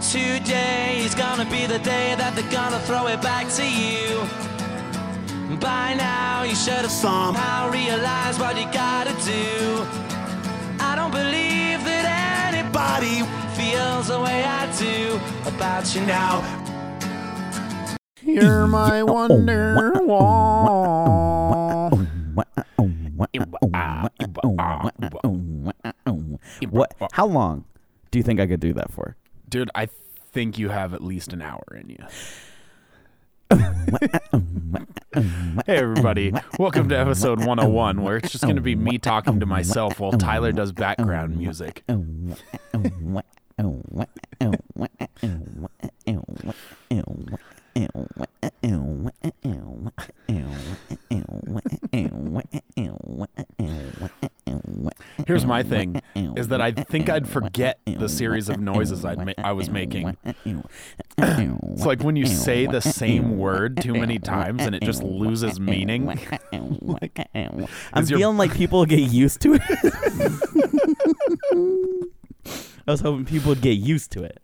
Today is gonna be the day that they're gonna throw it back to you. By now, you should have somehow realized what you gotta do. I don't believe that anybody feels the way I do about you now. You're my wonder wall. What? How long do you think I could do that for? Dude, I think you have at least an hour in you. hey, everybody. Welcome to episode 101, where it's just going to be me talking to myself while Tyler does background music. Here's my thing is that I think I'd forget the series of noises I'd ma- I was making. It's like when you say the same word too many times and it just loses meaning. I'm Is your- feeling like people get used to it. I was hoping people would get used to it.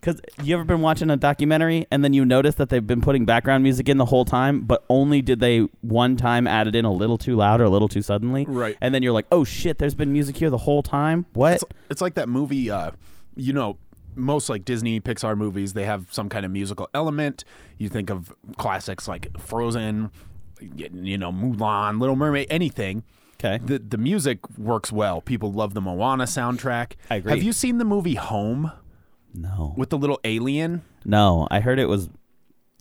Because you ever been watching a documentary and then you notice that they've been putting background music in the whole time, but only did they one time add it in a little too loud or a little too suddenly? Right. And then you're like, oh shit, there's been music here the whole time? What? It's, it's like that movie, uh, you know, most like Disney, Pixar movies, they have some kind of musical element. You think of classics like Frozen, you know, Mulan, Little Mermaid, anything. okay. The, the music works well. People love the Moana soundtrack. I agree. Have you seen the movie Home no. with the little alien? No, I heard it was.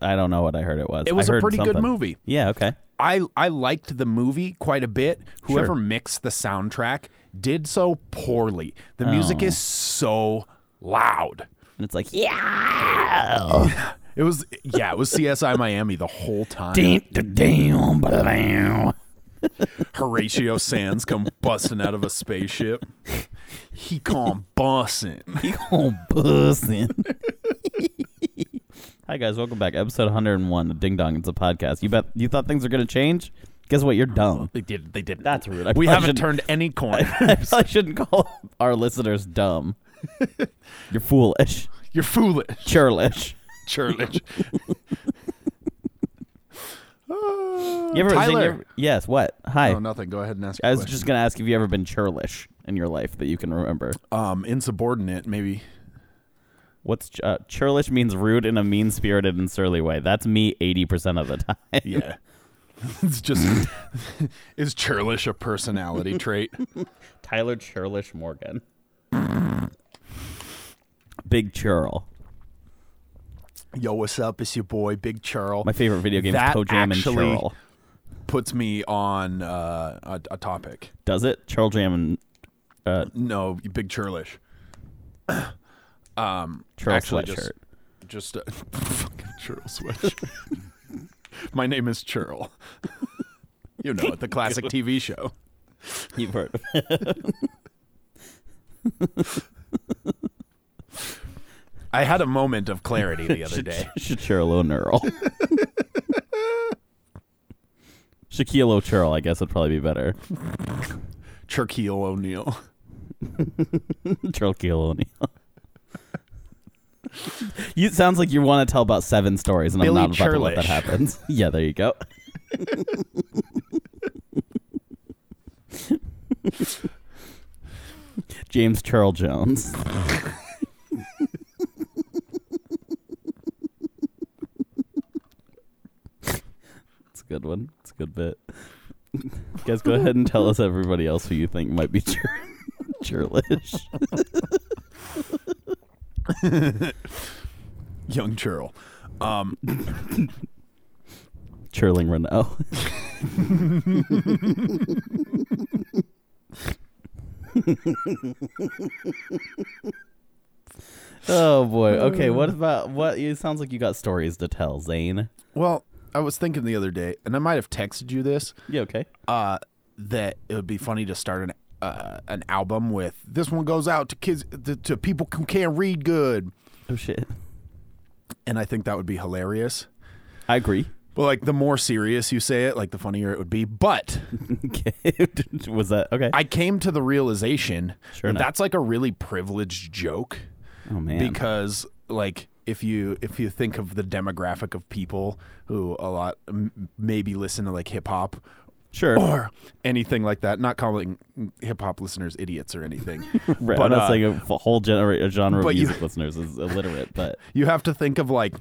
I don't know what I heard it was. It was I a heard pretty good something. movie. Yeah, okay. I I liked the movie quite a bit. Whoever Sure. mixed the soundtrack did so poorly. The Oh. music is so loud. And it's like, yeah. It was yeah, it was CSI Miami the whole time. Horatio Sands come busting out of a spaceship. He come busting. Hi guys, welcome back. Episode 101 of Ding Dong. It's a podcast. You bet you thought things were gonna change? Guess what? You're dumb. They did. They did. That's rude. I we probably haven't shouldn't- turned any I corners. probably shouldn't call our listeners dumb. You're foolish. You're foolish, Churlish. churlish. You ever Ah, Tyler. Zane, you ever- yes, what? Hi. Oh, nothing. Go ahead and ask. I your was question. just gonna ask if you ever been churlish in your life that you can remember. um insubordinate. Maybe What's ch- uh, churlish means rude in a mean spirited and surly way. That's me 80% of the time. Yeah. it's just is churlish a personality trait? Tyler Churlish Morgan. Big Churl. Yo, what's up? It's your boy, Big Churl. My favorite video game That is Toe and actually- Churl. Puts me on uh, a, a topic. Does it? Churl Jam and uh, No, Big Churlish. Um, Churl Actually, sweatshirt. just just a fucking Churl sweatshirt. My name is Churl. you know it, the classic TV show. You've heard of it. I had a moment of clarity the other day. Churlo Neural. Shaquille Churl, I guess would probably be better. Churkeel O'Neal. Churl Keel O'Neal. You it sounds like you want to tell about seven stories, and Billy I'm not about to let that Churlish. happen. yeah, there you go. James Churl Jones. It's a good one. It's a good bit. Guys, go ahead and tell us everybody else who you think might be chur- churlish. Young Churl. Um, Churling Renault. oh boy. Okay, Uh. what about what it sounds like you got stories to tell, Zane. well, I was thinking the other day, and I might have texted you this. You okay? uh, that it would be funny to start an uh, an album with. This one goes out to kids to, to people who can't read good, Oh shit. and I think that would be hilarious. I agree. But like the more serious you say it, like the funnier it would be. But Okay. Was that okay? I came to the realization Sure that enough. that's like a really privileged joke. Oh, man. because like if you if you think of the demographic of people who a lot m- maybe listen to like hip hop Sure. or anything like that, not calling hip hop listeners idiots or anything, Right, but I'm not uh, saying a f- whole genera- a genre but of you- music listeners is illiterate, but you have to think of like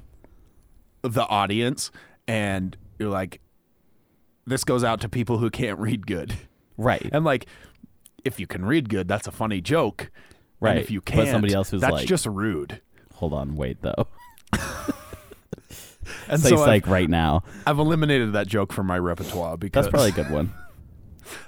the audience and you're like this goes out to people who can't read good right, and like if you can read good that's a funny joke Right. and if you But can't somebody else who's that's like- just rude Hold on, wait though. and Say so psych I've, right now. I've eliminated that joke from my repertoire because That's probably a good one.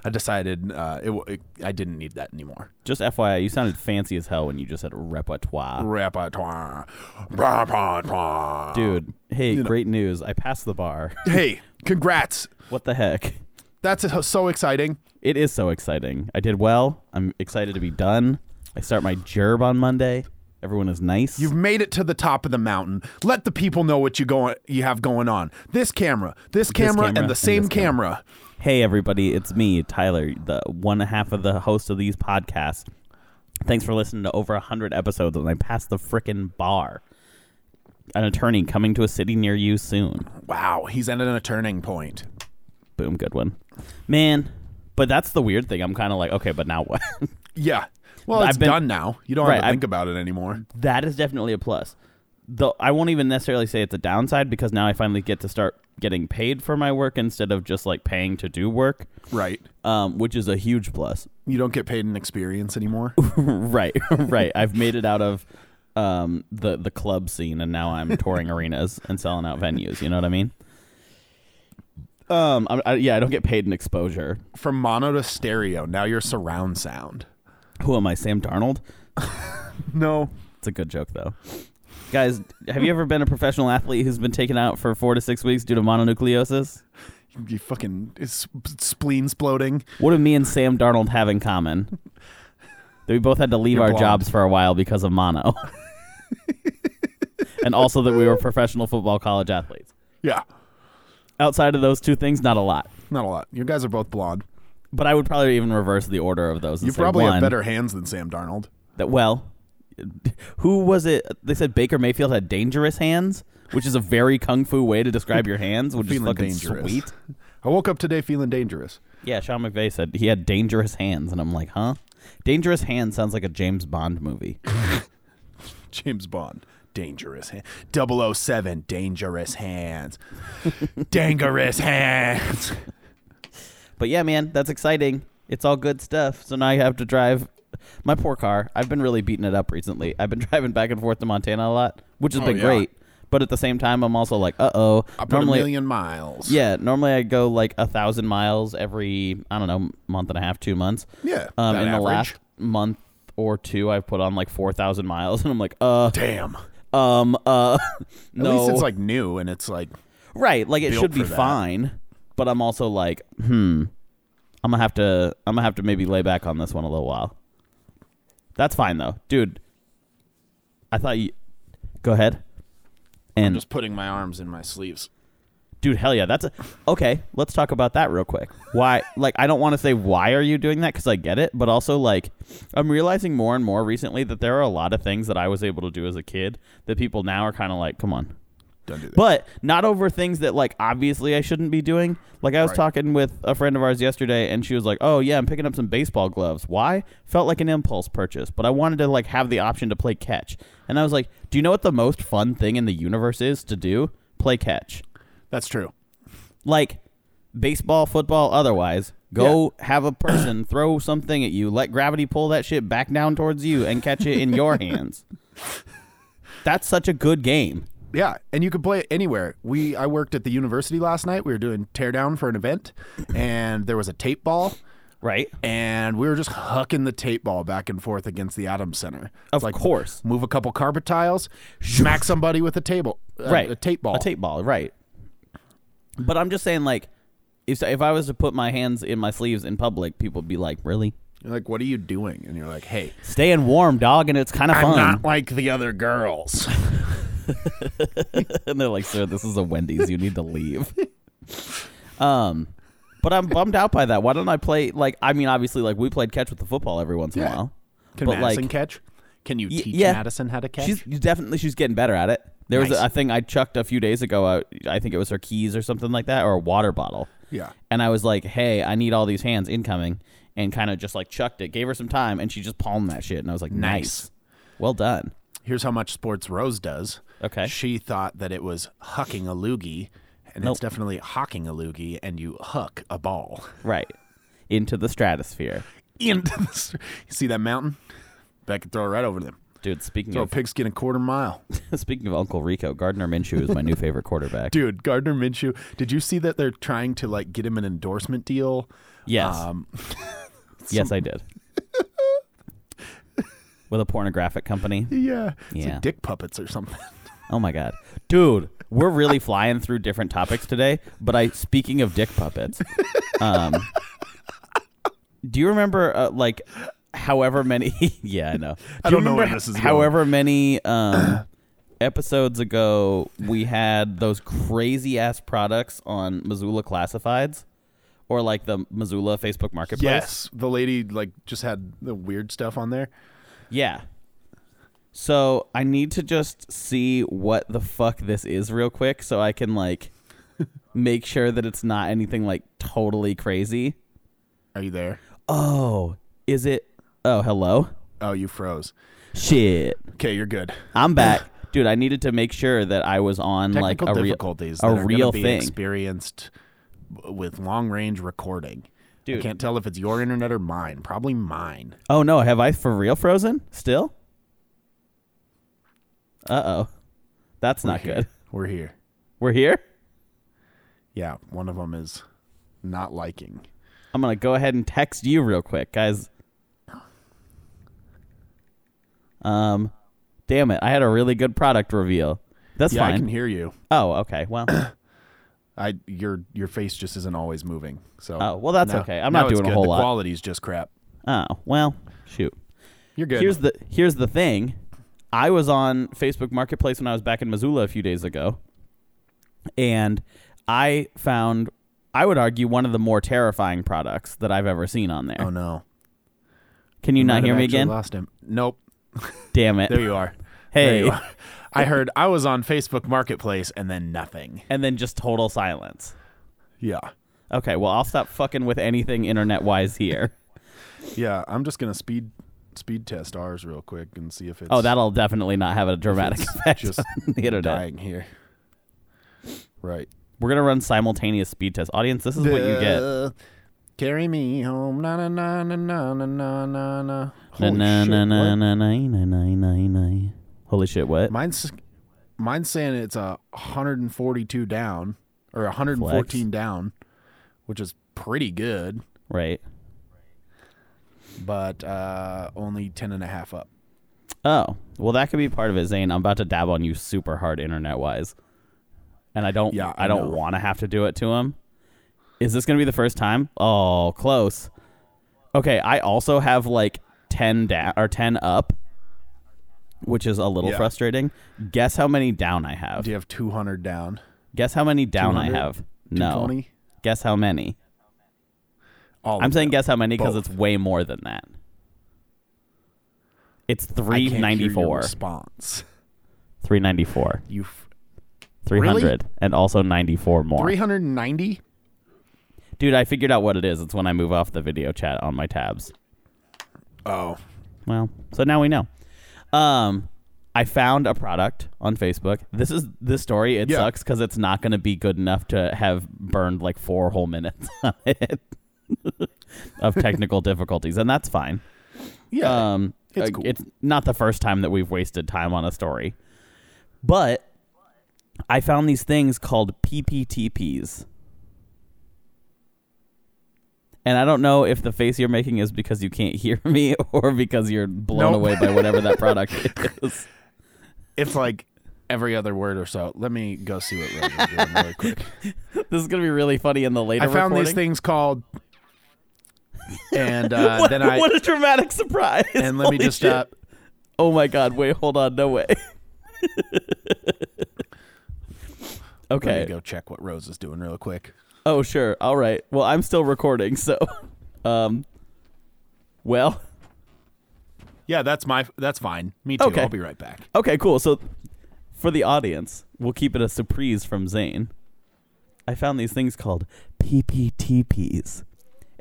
i decided uh, it, w- it, i didn't need that anymore Just FYI, you sounded fancy as hell when you just said repertoire. repertoire repertoire Dude, hey, know. great news. I passed the bar. hey congrats what the heck? that's so exciting It is so exciting. I did well. I'm excited to be done. I start my gerb on Monday. Everyone is nice. You've made it to the top of the mountain. Let the people know what you go you have going on. This camera, this camera, camera, and the and same this camera. Hey, everybody, it's me, Tyler, the one half of the host of these podcasts. Thanks for listening to over 100 episodes, and I passed the frickin' bar. An attorney coming to a city near you soon. Wow, he's ended in a turning point. Boom, good one. Man, but that's the weird thing. I'm kind of like, okay, but now what? Yeah. Well, I've it's been- done now. You don't Right, have to I've- think about it anymore. that is definitely a plus. Though I won't even necessarily say it's a downside because now I finally get to start getting paid for my work instead of just like paying to do work, Right. um, which is a huge plus. You don't get paid in experience anymore. right, right. I've made it out of um, the the club scene, and now I'm touring arenas and selling out venues. You know what I mean? Um, I, I, yeah, I don't get paid in exposure. From mono to stereo, now you're surround sound. Who am I, Sam Darnold? No. It's a good joke though. Guys, have you ever been a professional athlete who's been taken out for four to six weeks due to mononucleosis? You fucking it's spleen's bloating. What do me and Sam Darnold have in common? That we both had to leave You're our blonde. jobs for a while because of mono. and also that we were professional football college athletes. Yeah. Outside of those two things, not a lot. Not a lot. You guys are both blonde. But I would probably even reverse the order of those. and You say, probably one, have better hands than Sam Darnold. That, well, who was it? They said Baker Mayfield had dangerous hands, which is a very kung fu way to describe your hands, which is Feeling fucking dangerous. sweet. I woke up today feeling dangerous. Yeah, Sean McVay said he had dangerous hands, and I'm like, huh? Dangerous Hands sounds like a James Bond movie. James Bond, dangerous hand. 007, dangerous hands. dangerous hands. But yeah, man, that's exciting. It's all good stuff. So now I have to drive my poor car. I've been really beating it up recently. I've been driving back and forth to Montana a lot, which has Oh, been yeah. great. But at the same time, I'm also like, uh oh. I put Normally, a million miles. yeah, normally I go like a thousand miles every I don't know month and a half, two months. Yeah, Um, that in the average. last month or two, I've put on like four thousand miles, and I'm like, uh, Damn. um, uh, At no. least it's like new and it's like, Right, like it built should be for that. fine, but I'm also like, hmm, I'm gonna have to, I'm gonna have to maybe lay back on this one a little while. That's fine though, dude. I thought you, go ahead, and just putting my arms in my sleeves. dude, hell yeah, that's a, okay. Let's talk about that real quick. Why, like, I don't want to say why are you doing that because I get it, but also like, I'm realizing more and more recently that there are a lot of things that I was able to do as a kid that people now are kind of like, come on, Don't do that. but not over things that like obviously I shouldn't be doing. Like I was Right. talking with a friend of ours yesterday, and she was like, "Oh yeah, I'm picking up some baseball gloves. Why? Felt like an impulse purchase, but I wanted to like have the option to play catch." And I was like, "Do you know what the most fun thing in the universe is to do? Play catch. That's true. Like baseball, football, otherwise." Go have a person throw something at you. Let gravity pull that shit back down towards you and catch it in your hands. That's such a good game. Yeah, and you can play it anywhere. We I worked at the university last night. We were doing teardown for an event, and there was a tape ball, Right? and we were just hucking the tape ball back and forth against the Adams Center. Of It's like, course. move a couple carpet tiles, smack somebody with a table, a- right A tape ball, a tape ball right but i'm just saying like if, if i was to put my hands in my sleeves in public people would be like really You're like, what are you doing? And you're like, hey, staying warm dog and it's kind of I'm fun not like the other girls. and they're like sir this is a wendy's you need to leave um but i'm bummed out by that why don't i play like i mean obviously like we played catch with the football every once in Yeah. a while Can but Madison like catch? Can you Y- teach yeah. Madison how to catch? She's you definitely she's getting better at it. There was Nice. a, a thing I chucked a few days ago. I, I think it was her keys or something like that, or a water bottle. Yeah. And I was like, "Hey, I need all these hands incoming," and kind of just like chucked it. Gave her some time, and she just palmed that shit. And I was like, Nice. "Nice, well done." Here's how much sports Rose does. Okay. She thought that it was hucking a loogie, and Nope. it's definitely hocking a loogie, and you huck a ball Right into the stratosphere, into the. s- You see that mountain? That could throw it right over them. dude. Speaking Throw a of pigskin a quarter mile. speaking of Uncle Rico, Gardner Minshew is my new favorite quarterback. Dude, Gardner Minshew, did you see that they're trying to like get him an endorsement deal? Yes, Um, yes, I did. With a pornographic company. yeah. It's like Yeah. dick puppets or something. Oh my god, dude, we're really flying through different topics today. But I, speaking of dick puppets, um, do you remember uh, like however many? yeah, I know. Do I you don't know where remember this is going. However many um, episodes ago, we had those crazy ass products on Missoula classifieds, or like the Missoula Facebook Marketplace. Yes. The lady like just had the weird stuff on there. Yeah. So I need to just see what the fuck this is real quick so I can like make sure that it's not anything like totally crazy. Are you there? Oh, is it Oh, hello? Oh, you froze. Shit. Okay, you're good. I'm back. Dude, I needed to make sure that I was on Technical like a real difficulties a that are gonna real be thing. experienced with long range recording. I Dude. can't tell if it's your internet or mine. Probably mine. Oh no, have I for real frozen? Still? Uh-oh. That's not We're here. good. We're here. We're here? Yeah, one of them is not liking. I'm gonna go ahead and text you real quick, guys. Um, damn it! I had a really good product reveal. That's yeah, fine. I can hear you. oh, okay. Well, I your your face just isn't always moving. So Oh, well, that's No- okay. I'm no, not it's doing a good. whole the lot. Quality's just crap. oh, well, shoot. You're good. Here's the here's the thing. I was on Facebook Marketplace when I was back in Missoula a few days ago, and I found, I would argue, one of the more terrifying products that I've ever seen on there. oh no. Can you Might not have hear me actually again? Lost him. Nope. Damn There it! you are. There Hey, you are. I heard I was on Facebook Marketplace and then nothing. and then just total silence. Yeah. Okay, well, I'll stop fucking with anything internet wise here. Yeah, I'm just going to speed speed test ours real quick and see if it's Oh, that'll definitely not have a dramatic it's effect just on the internet. dying here. Right. We're gonna run simultaneous speed tests. Audience, this is what you get. Uh, Carry me home. Na na na na na na Na na na na. Holy na shit, na na what? na na na na na na. Holy shit! What? Mine's mine's saying it's a 142 down or 114 down, which is pretty good, Right. but uh, only 10 and a half up. Oh, well, that could be part of it, Zane. I'm about to dab on you super hard internet wise, and I don't. Yeah, I, I don't know. want to have to do it to him. Is this gonna be the first time? Oh, close. Okay, I also have like ten down or ten up, which is a little Yeah. frustrating. Guess how many down I have? Do you have 200 down? Guess how many down I 200? have? No. 220? Guess how many? All of I'm saying them. guess how many because Oh, Both. it's way more than that. It's I can't hear your 394. Response. 394. You f- 300 and also 94 more. 390? Dude, I figured out what it is. It's when I move off the video chat on my tabs. Oh. Well, so now we know. Um I found a product on Facebook. This is this story. It Yeah. sucks because it's not going to be good enough to have burned like four whole minutes on it of technical difficulties, and that's fine. Yeah. Um, It's uh, cool. It's not the first time that we've wasted time on a story, but I found these things called PPTPs, and I don't know if the face you're making is because you can't hear me or because you're blown Nope. away by whatever that product is. it's like every other word or so. Let me go see what Rose is doing really quick. This is gonna be really funny in the later. I found recording. these things called. And uh, What, then I. what a dramatic surprise! and let me Holy just. shit. Uh, Oh my god! Wait, hold on. No way. let me okay. go check what Rose is doing real quick. Oh, sure. All right. Well, I'm still recording, so um well, Yeah, that's my that's fine. Me too. Okay. I'll be right back. Okay, cool. So for the audience, we'll keep it a surprise from Zane. I found these things called PPTPs.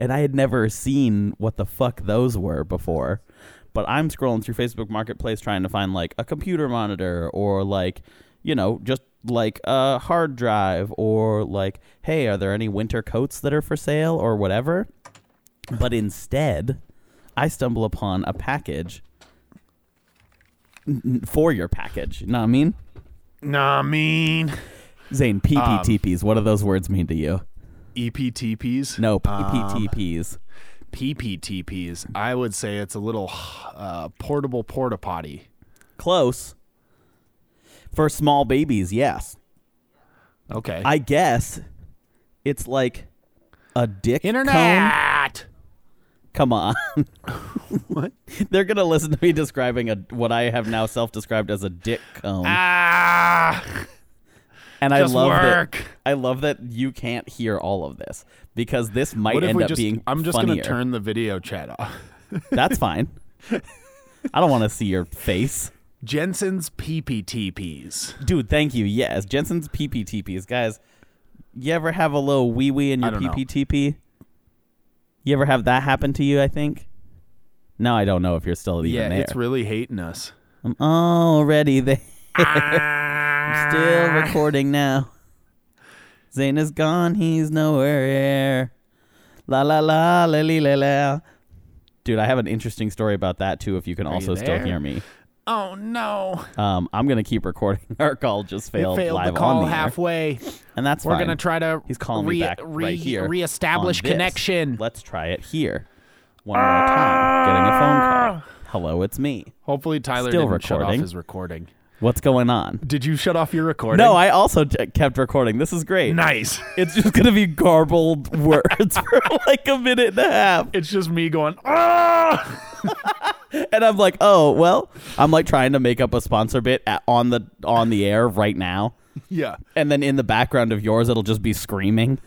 And I had never seen what the fuck those were before. But I'm scrolling through Facebook Marketplace trying to find like a computer monitor or like, you know, just like a hard drive or like, hey, are there any winter coats that are for sale or whatever? But instead, I stumble upon a package for your package. You know what I mean? Nah, mean Zane, PPTPs. Um, what do those words mean to you? E EPTPs. No, Um, PPTPs. PPTPs. I would say it's a little uh, portable porta potty. Close. For small babies, yes. Okay. I guess it's like a dick cone. Internet. Come on. They're going to listen to me describing a, what I have now self described as a dick cone. Ah, and I just love work. that I love that you can't hear all of this because this might What if end we up just? being I'm just funnier. gonna turn the video chat off. That's fine. I don't want to see your face. Jensen's PPTPs. Dude, thank you. Yes, Jensen's PPTPs. Guys, you ever have a little wee wee in I your don't know. PPTP? You ever have that happen to you, I think? Now I don't know if you're still even Yeah, there. it's really hating us. I'm already there. I'm Ah. still recording now. Zane is gone. He's nowhere here. La la la la li, la la. Dude, I have an interesting story about that too. If you can also still there? hear me, Oh no! um, I'm gonna keep recording. Our call just It failed, failed live the call on the air. halfway. and that's We're fine. gonna try to. He's calling me re- back re- right here. Reestablish on this. connection. Let's try it here. One more time. Getting a Ah. phone call. Hello, it's me. Hopefully, Tyler Still didn't shut off recording. his recording. What's going on? Did you shut off your recording? No, I also j- kept recording. This is great. Nice. It's just gonna be garbled words for like a minute and a half, It's just me going. Ah! and I'm like, oh well. I'm like trying to make up a sponsor bit at, on the on the air right now, Yeah. and then in the background of yours, it'll just be screaming.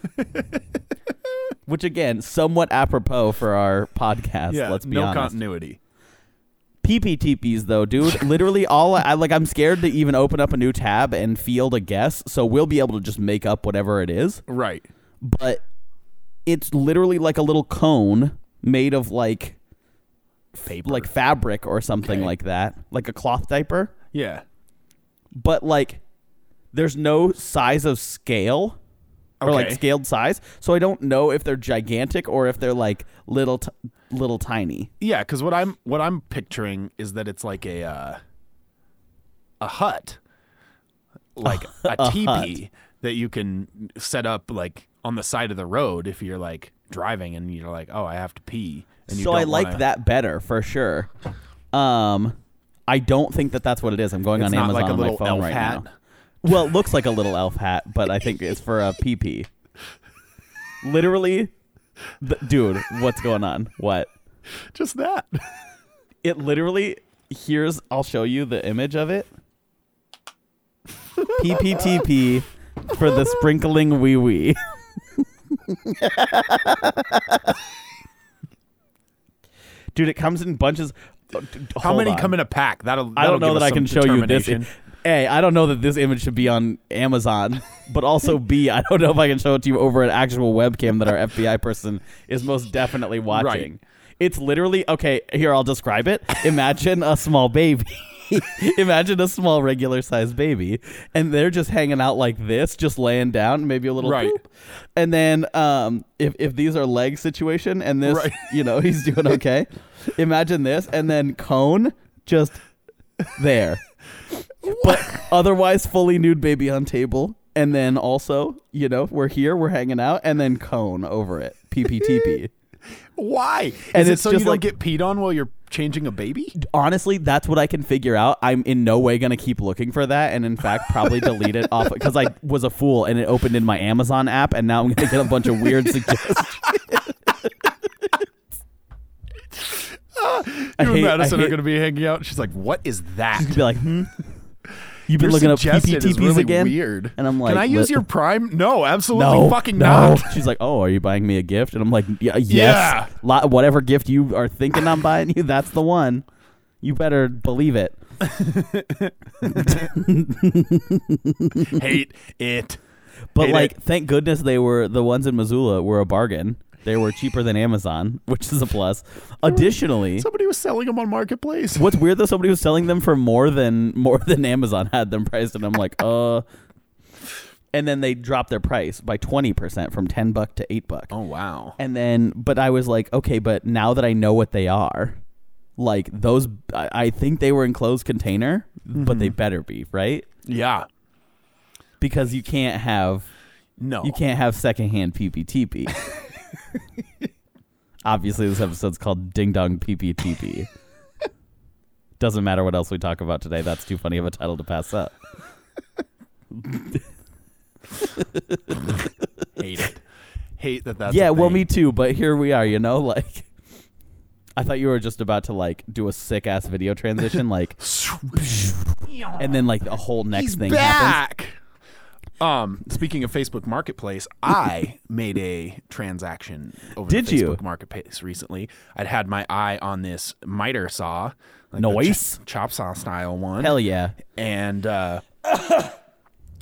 Which again, somewhat apropos for our podcast. Yeah. let's be no honest. continuity. PPTPs though, dude. Literally all I like I'm scared to even open up a new tab and field a guess, so we'll be able to just make up whatever it is. Right. But it's literally like a little cone made of like Paper. like fabric or something Okay. like that, like a cloth diaper, Yeah. but like there's no size of scale or like Okay. scaled size, so I don't know if they're gigantic or if they're like little t- little tiny. Yeah. Because what I'm what I'm picturing is that it's like a uh, a hut, like a, teepee that you can set up like on the side of the road if you're like driving and you're like, oh, I have to pee. And you so I don't like wanna- that better for sure. Um, I don't think that that's what it is. I'm going It's on not Amazon like a on my little phone elf right hat. now. Well, it looks like a little elf hat, but I think it's for a PP. Literally, th- dude, what's going on? What? Just that. It literally. Here's. I'll show you the image of it. PPTP for the sprinkling wee wee. Dude, it comes in bunches. Uh, How many come in a pack? That'll. I don't that'll know give that us I some can show you this. determination. A, I don't know that this image should be on Amazon, but also B, I don't know if I can show it to you over an actual webcam that our FBI person is most definitely watching. It's literally okay. Here, I'll describe it. Imagine a small baby. Imagine a small regular sized baby, and they're just hanging out like this, just laying down, maybe a little Right. poop. And then, um, if if these are leg situation, and this, Right. you know, he's doing okay. Imagine this, and then cone just there. but otherwise fully nude baby on table. And then also, you know, we're here, we're hanging out, and then cone over it. PPTP. Why? And Is it it's so just you don't like- get peed on while you're changing a baby? Honestly, that's what I can figure out. I'm in no way going to keep looking for that. And in fact, probably delete it off because I was a fool and it opened in my Amazon app. And now I'm going to get a bunch of weird suggestions. I You hate- and I Madison are hate- going to be hanging out. She's like, "What is that?" be like, hmm? You've been Your looking up suggestion is PPTPs really again? Weird. And I'm like, "Can I use "Lit- your Prime?" No, absolutely no, fucking no. not. She's like, oh, are you buying me a gift? And I'm like, yeah, yes. Yeah. Lo- whatever gift you are thinking I'm buying you, that's the one. You better believe it. Hate it. But Hate like, it. thank goodness they were the ones in Missoula were a bargain. They were cheaper than Amazon, which is a plus. Additionally, somebody was selling them on marketplace. what's weird though, somebody was selling them for more than more than Amazon had them priced, and I'm like, uh. And then they dropped their price by twenty percent from ten buck to eight buck. Oh wow. And then, but I was like, okay, but now that I know what they are, like those, I, I think they were enclosed container, but they better be right Yeah. because you can't have No. you can't have secondhand PPTP. Obviously, this episode's called Ding Dong PPTP. Doesn't matter what else we talk about today. That's too funny of a title to pass up. hate it. Hate that that's yeah, a well, thing. me too. But here we are. You know, like I thought you were just about to like do a sick ass video transition, like, and then like a whole next He's thing happens. back. Um, speaking of Facebook Marketplace, I made a transaction over Did the you? Facebook Marketplace recently. I'd had my eye on this miter saw, like the Nice. ch- chop saw style one, Hell yeah! and uh,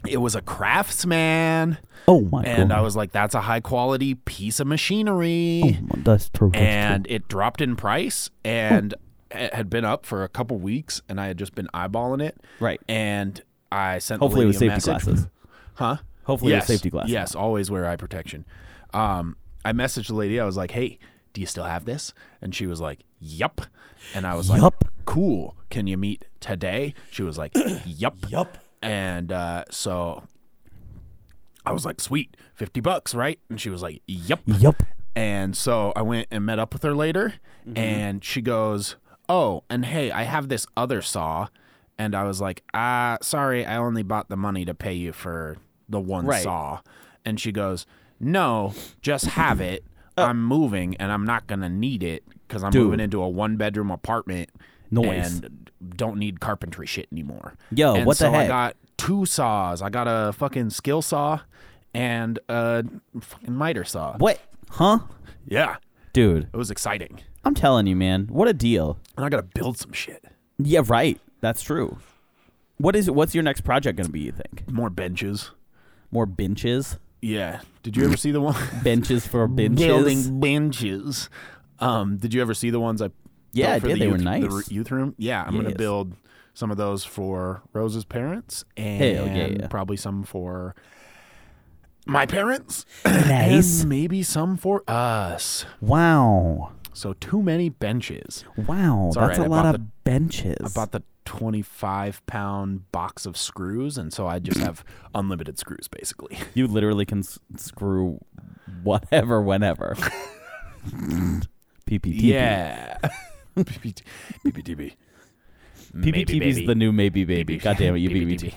it was a craftsman. Oh my And I god! was like, "That's a high quality piece of machinery." That's true. that's and it dropped in price and it had been up for a couple weeks and I had just been eyeballing it. Right. And I sent Hopefully the with lady a safety message. glasses. Huh? Hopefully with yes. safety glasses. Yes, always wear eye protection. Um, I messaged the lady. I was like, "Hey, do you still have this?" And she was like, "Yup." And I was like, Yup. "Cool. Can you meet today?" She was like, "Yup." Yup. And uh, so I was like, "Sweet, fifty bucks, right?" And she was like, "Yup." true. Yup. Mm-hmm. And so I went and met up with her later, and she goes, "Oh, and hey, I have this other saw." And I was like, "Ah, sorry, I only bought the money to pay you for the one Right. saw." And she goes, "No, just have it. I'm moving, and I'm not gonna need it because I'm Oh. Dude. moving into a one bedroom apartment, Noise. and don't need carpentry shit anymore." Yo, And what the so I heck? got two saws. I got a fucking skill saw and a fucking miter saw. What? Huh? Yeah. Dude, It was exciting. I'm telling you, man. What a deal. And I got to build some shit. Yeah, right. That's true. What is what's your next project going to be, you think? More benches. More benches? Yeah. Did you ever see the one? Benches for benches? Building benches. Um, did you ever see the ones I Yeah, built I for did. the They were youth, the nice. r- youth room? Yeah, I'm going Yes. to build some of those for Rose's parents and yeah, yeah. probably some for my parents. Nice. and maybe some for us. Wow. So too many benches. Wow. It's all That's a right, I lot bought of the- benches. I bought the 25 pound box of screws, and so I just have unlimited screws basically. you literally can s- screw whatever whenever. PPTP. Yeah. PPT, PPTB. PPTP's the new maybe baby. God damn it, you BBT.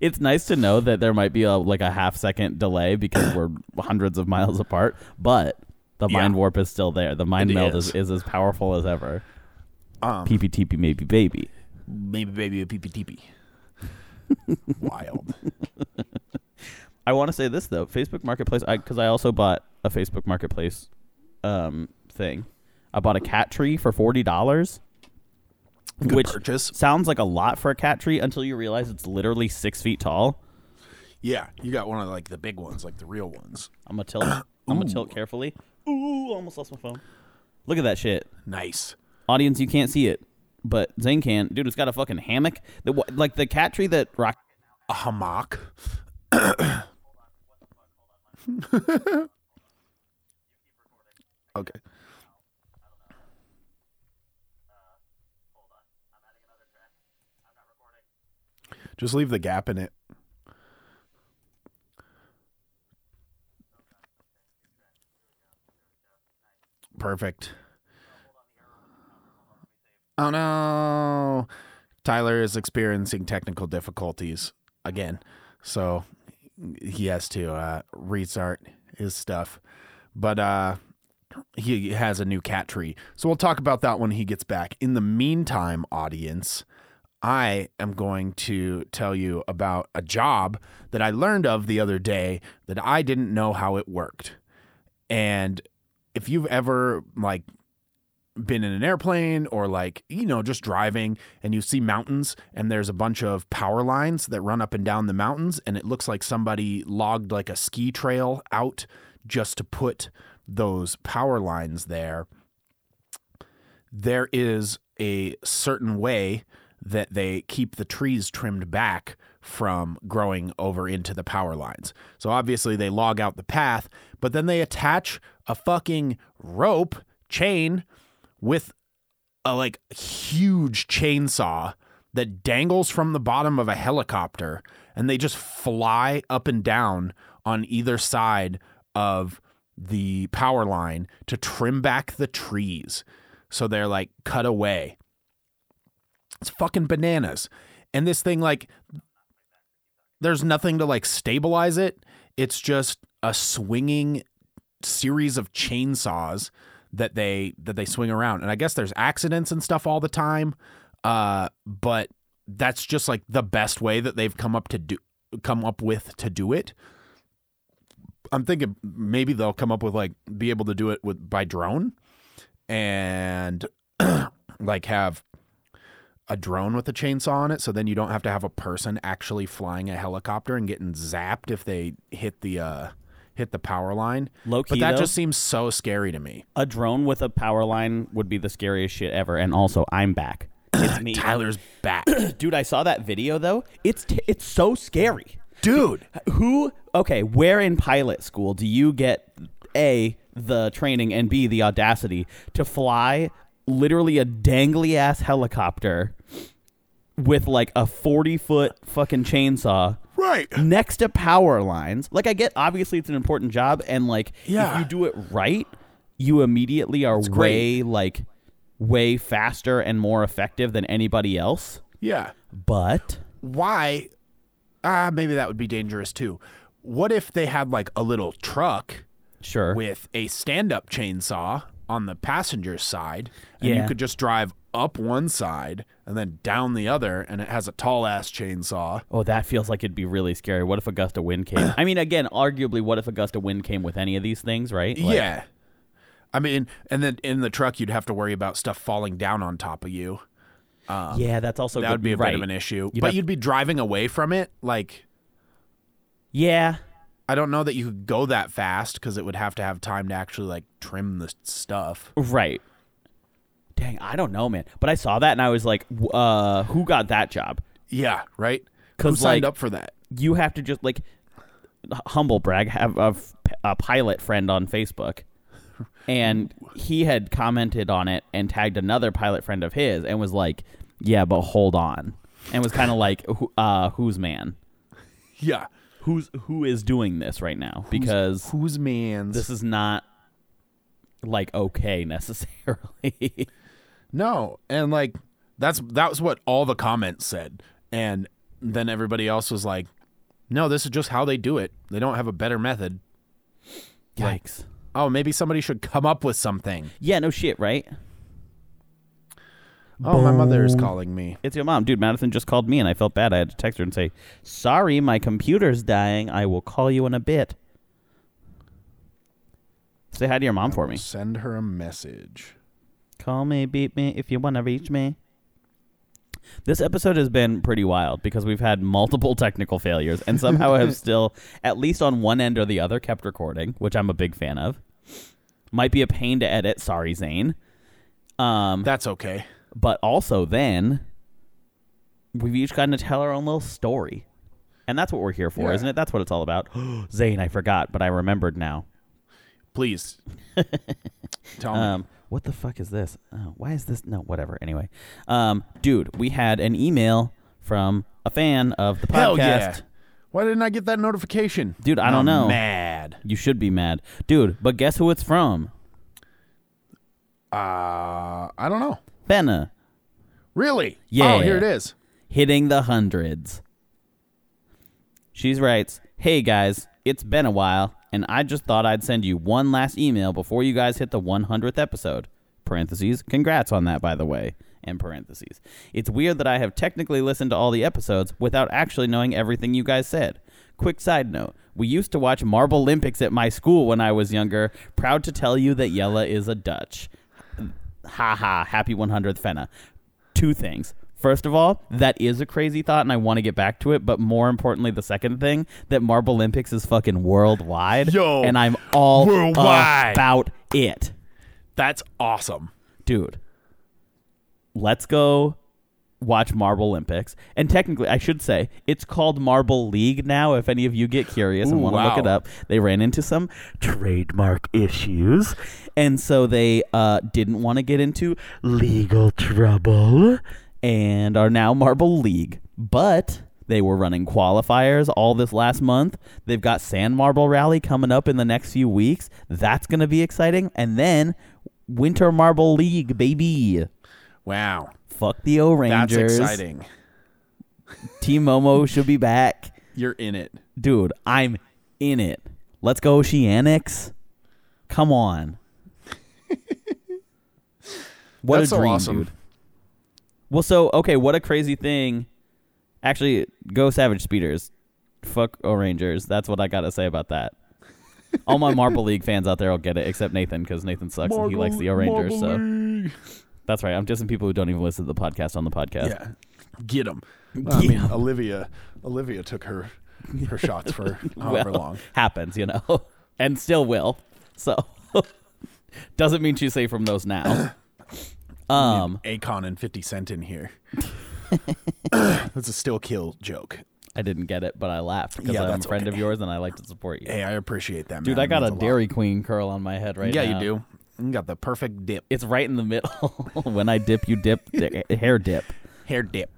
It's nice to know that there might be a like a half second delay because we're hundreds of miles apart, but the Yeah. mind warp is still there. The mind It meld is. is. is as powerful as ever. Um, PPTP maybe baby. Maybe baby a PPTP. Wild. I want to say this though, Facebook Marketplace, because I, also bought a Facebook Marketplace um, thing. I bought a cat tree for forty dollars, Good which purchase. sounds like a lot for a cat tree until you realize it's literally six feet tall. Yeah, you got one of like the big ones, like the real ones. I'm gonna tilt. I'm gonna tilt carefully. Ooh, almost lost my phone. Look at that shit. Nice. audience you can't see it but zane can dude it's got a fucking hammock the, wh- like the cat tree that rock A hammock. okay. Just leave the gap in it. Perfect. Oh no. Tyler is experiencing technical difficulties again. So he has to uh, restart his stuff. But uh, he has a new cat tree. So we'll talk about that when he gets back. In the meantime, audience, I am going to tell you about a job that I learned of the other day that I didn't know how it worked. And if you've ever like been in an airplane or like you know just driving and you see mountains and there's a bunch of power lines that run up and down the mountains and it looks like somebody logged like a ski trail out just to put those power lines there there is a certain way that they keep the trees trimmed back from growing over into the power lines. So obviously they log out the path, but then they attach a fucking rope chain with a like huge chainsaw that dangles from the bottom of a helicopter and they just fly up and down on either side of the power line to trim back the trees so they're like cut away. It's fucking bananas. And this thing, like, there's nothing to like stabilize it. It's just a swinging series of chainsaws that they that they swing around. And I guess there's accidents and stuff all the time. Uh, but that's just like the best way that they've come up to do come up with to do it. I'm thinking maybe they'll come up with like be able to do it with by drone and like have a drone with a chainsaw on it so then you don't have to have a person actually flying a helicopter and getting zapped if they hit the uh hit the power line Low but key, that though. just seems so scary to me A drone with a power line would be the scariest shit ever. And also, I'm back. It's me, tyler's back dude. I saw that video though. It's t- it's so scary. dude Who? Okay, where in pilot school do you get a the training and b the audacity to fly literally a dangly ass helicopter with like a forty foot fucking chainsaw? right next to power lines. Like I get obviously it's an important job and like Yeah. if you do it right, you immediately are way great. like way faster and more effective than anybody else. yeah But why ah maybe that would be dangerous too what if they had like a little truck sure. with a stand-up chainsaw on the passenger side and you Yeah. could just drive up one side and then down the other and it has a tall ass chainsaw Oh, that feels like it'd be really scary. What if a gust of wind came? I mean, again, arguably, what if a gust of wind came with any of these things, right? Like, yeah i mean and then in the truck you'd have to worry about stuff falling down on top of you yeah, that's also that good- would be a right. bit of an issue You'd but have- you'd be driving away from it like Yeah, i don't know that you could go that fast because it would have to have time to actually like trim the stuff Right. Dang, I don't know, man. But I saw that and I was like, w- uh, who got that job? yeah right who 'Cause, signed like- up for that You have to just like h- humble brag have a, f- a pilot friend on Facebook. And he had commented on it and tagged another pilot friend of his and was like, "Yeah, but hold on." And was kind of like, who, uh, "Who's man? yeah Who's who is doing this right now? Because whose man's this is not like okay necessarily." No, and like that's that was what all the comments said, and then everybody else was like, "No, this is just how they do it. They don't have a better method." Yikes. Oh, maybe somebody should come up with something. Yeah, no shit, right? Oh, my mother is calling me. It's your mom, dude. Madison just called me, and I felt bad. I had to text her and say, "Sorry, my computer's dying. I will call you in a bit." Say hi to your mom for me. Send her a message. Call me, beat me if you want to reach me. This episode has been pretty wild because we've had multiple technical failures and somehow have still, at least on one end or the other, kept recording, which I'm a big fan of. Might be a pain to edit. Sorry, Zane. Um, That's okay. but also then we've each gotten to tell our own little story and that's what we're here for Yeah. isn't it that's what it's all about zane i forgot but i remembered now Please tell me. um, what the fuck is this oh, why is this no whatever anyway um, dude we had an email from a fan of the podcast Hell yeah! Why didn't I get that notification, Dude, I don't I'm know. Mad. you should be mad dude but guess who it's from Uh, I don't know. benna Really? Yeah. Oh, here it is. hitting the hundreds. She writes, Hey guys, it's been a while, and I just thought I'd send you one last email before you guys hit the 100th episode. Parentheses. Congrats on that, by the way. And parentheses. It's weird that I have technically listened to all the episodes without actually knowing everything you guys said. Quick side note we used to watch Marble Olympics at my school when I was younger. Proud to tell you that Yella is a Dutch. ha ha, happy 100th Fena. Two things. First of all, that is a crazy thought, and I want to get back to it. But more importantly, the second thing that Marble Olympics is fucking worldwide, Yo, and I'm all worldwide. about it, That's awesome. dude. Let's go watch Marble Olympics, and technically, I should say it's called Marble League now. If any of you get curious and Ooh, want to look wow. it up, they ran into some trademark issues, and so they uh, didn't want to get into legal trouble and are now Marble League. But they were running qualifiers all this last month. They've got Sand Marble Rally coming up in the next few weeks. That's going to be exciting. And then Winter Marble League, baby. Wow. Fuck the O That's Rangers. exciting. Team Momo should be back. You're in it. Dude, I'm in it. Let's go Oceanics. Come on. what That's a so dream, awesome. dude. Well, so okay, what a crazy thing. Actually, go Savage Speeders. Fuck O Rangers. That's what I gotta say about that. All my Marble League fans out there will get it, except Nathan, because Nathan sucks and he likes the O Rangers. So that's right. I'm dissing people who don't even listen to the podcast on the podcast. Yeah. Get him. I Get mean, 'em. Olivia Olivia took her her shots for however well, long. happens, you know, and still will. So doesn't mean she's safe from those now. um, Akon and 50 Cent in here. That's a still kill joke. I didn't get it, but I laughed because Yeah, I'm a that's friend of okay. yours and I like to support you. Hey, I appreciate that, Dude, man. I got It a means lot. Dairy Queen curl on my head right Yeah, now. you do. You got the perfect dip. It's right in the middle. when I dip, you dip. Di- hair dip. Hair dip.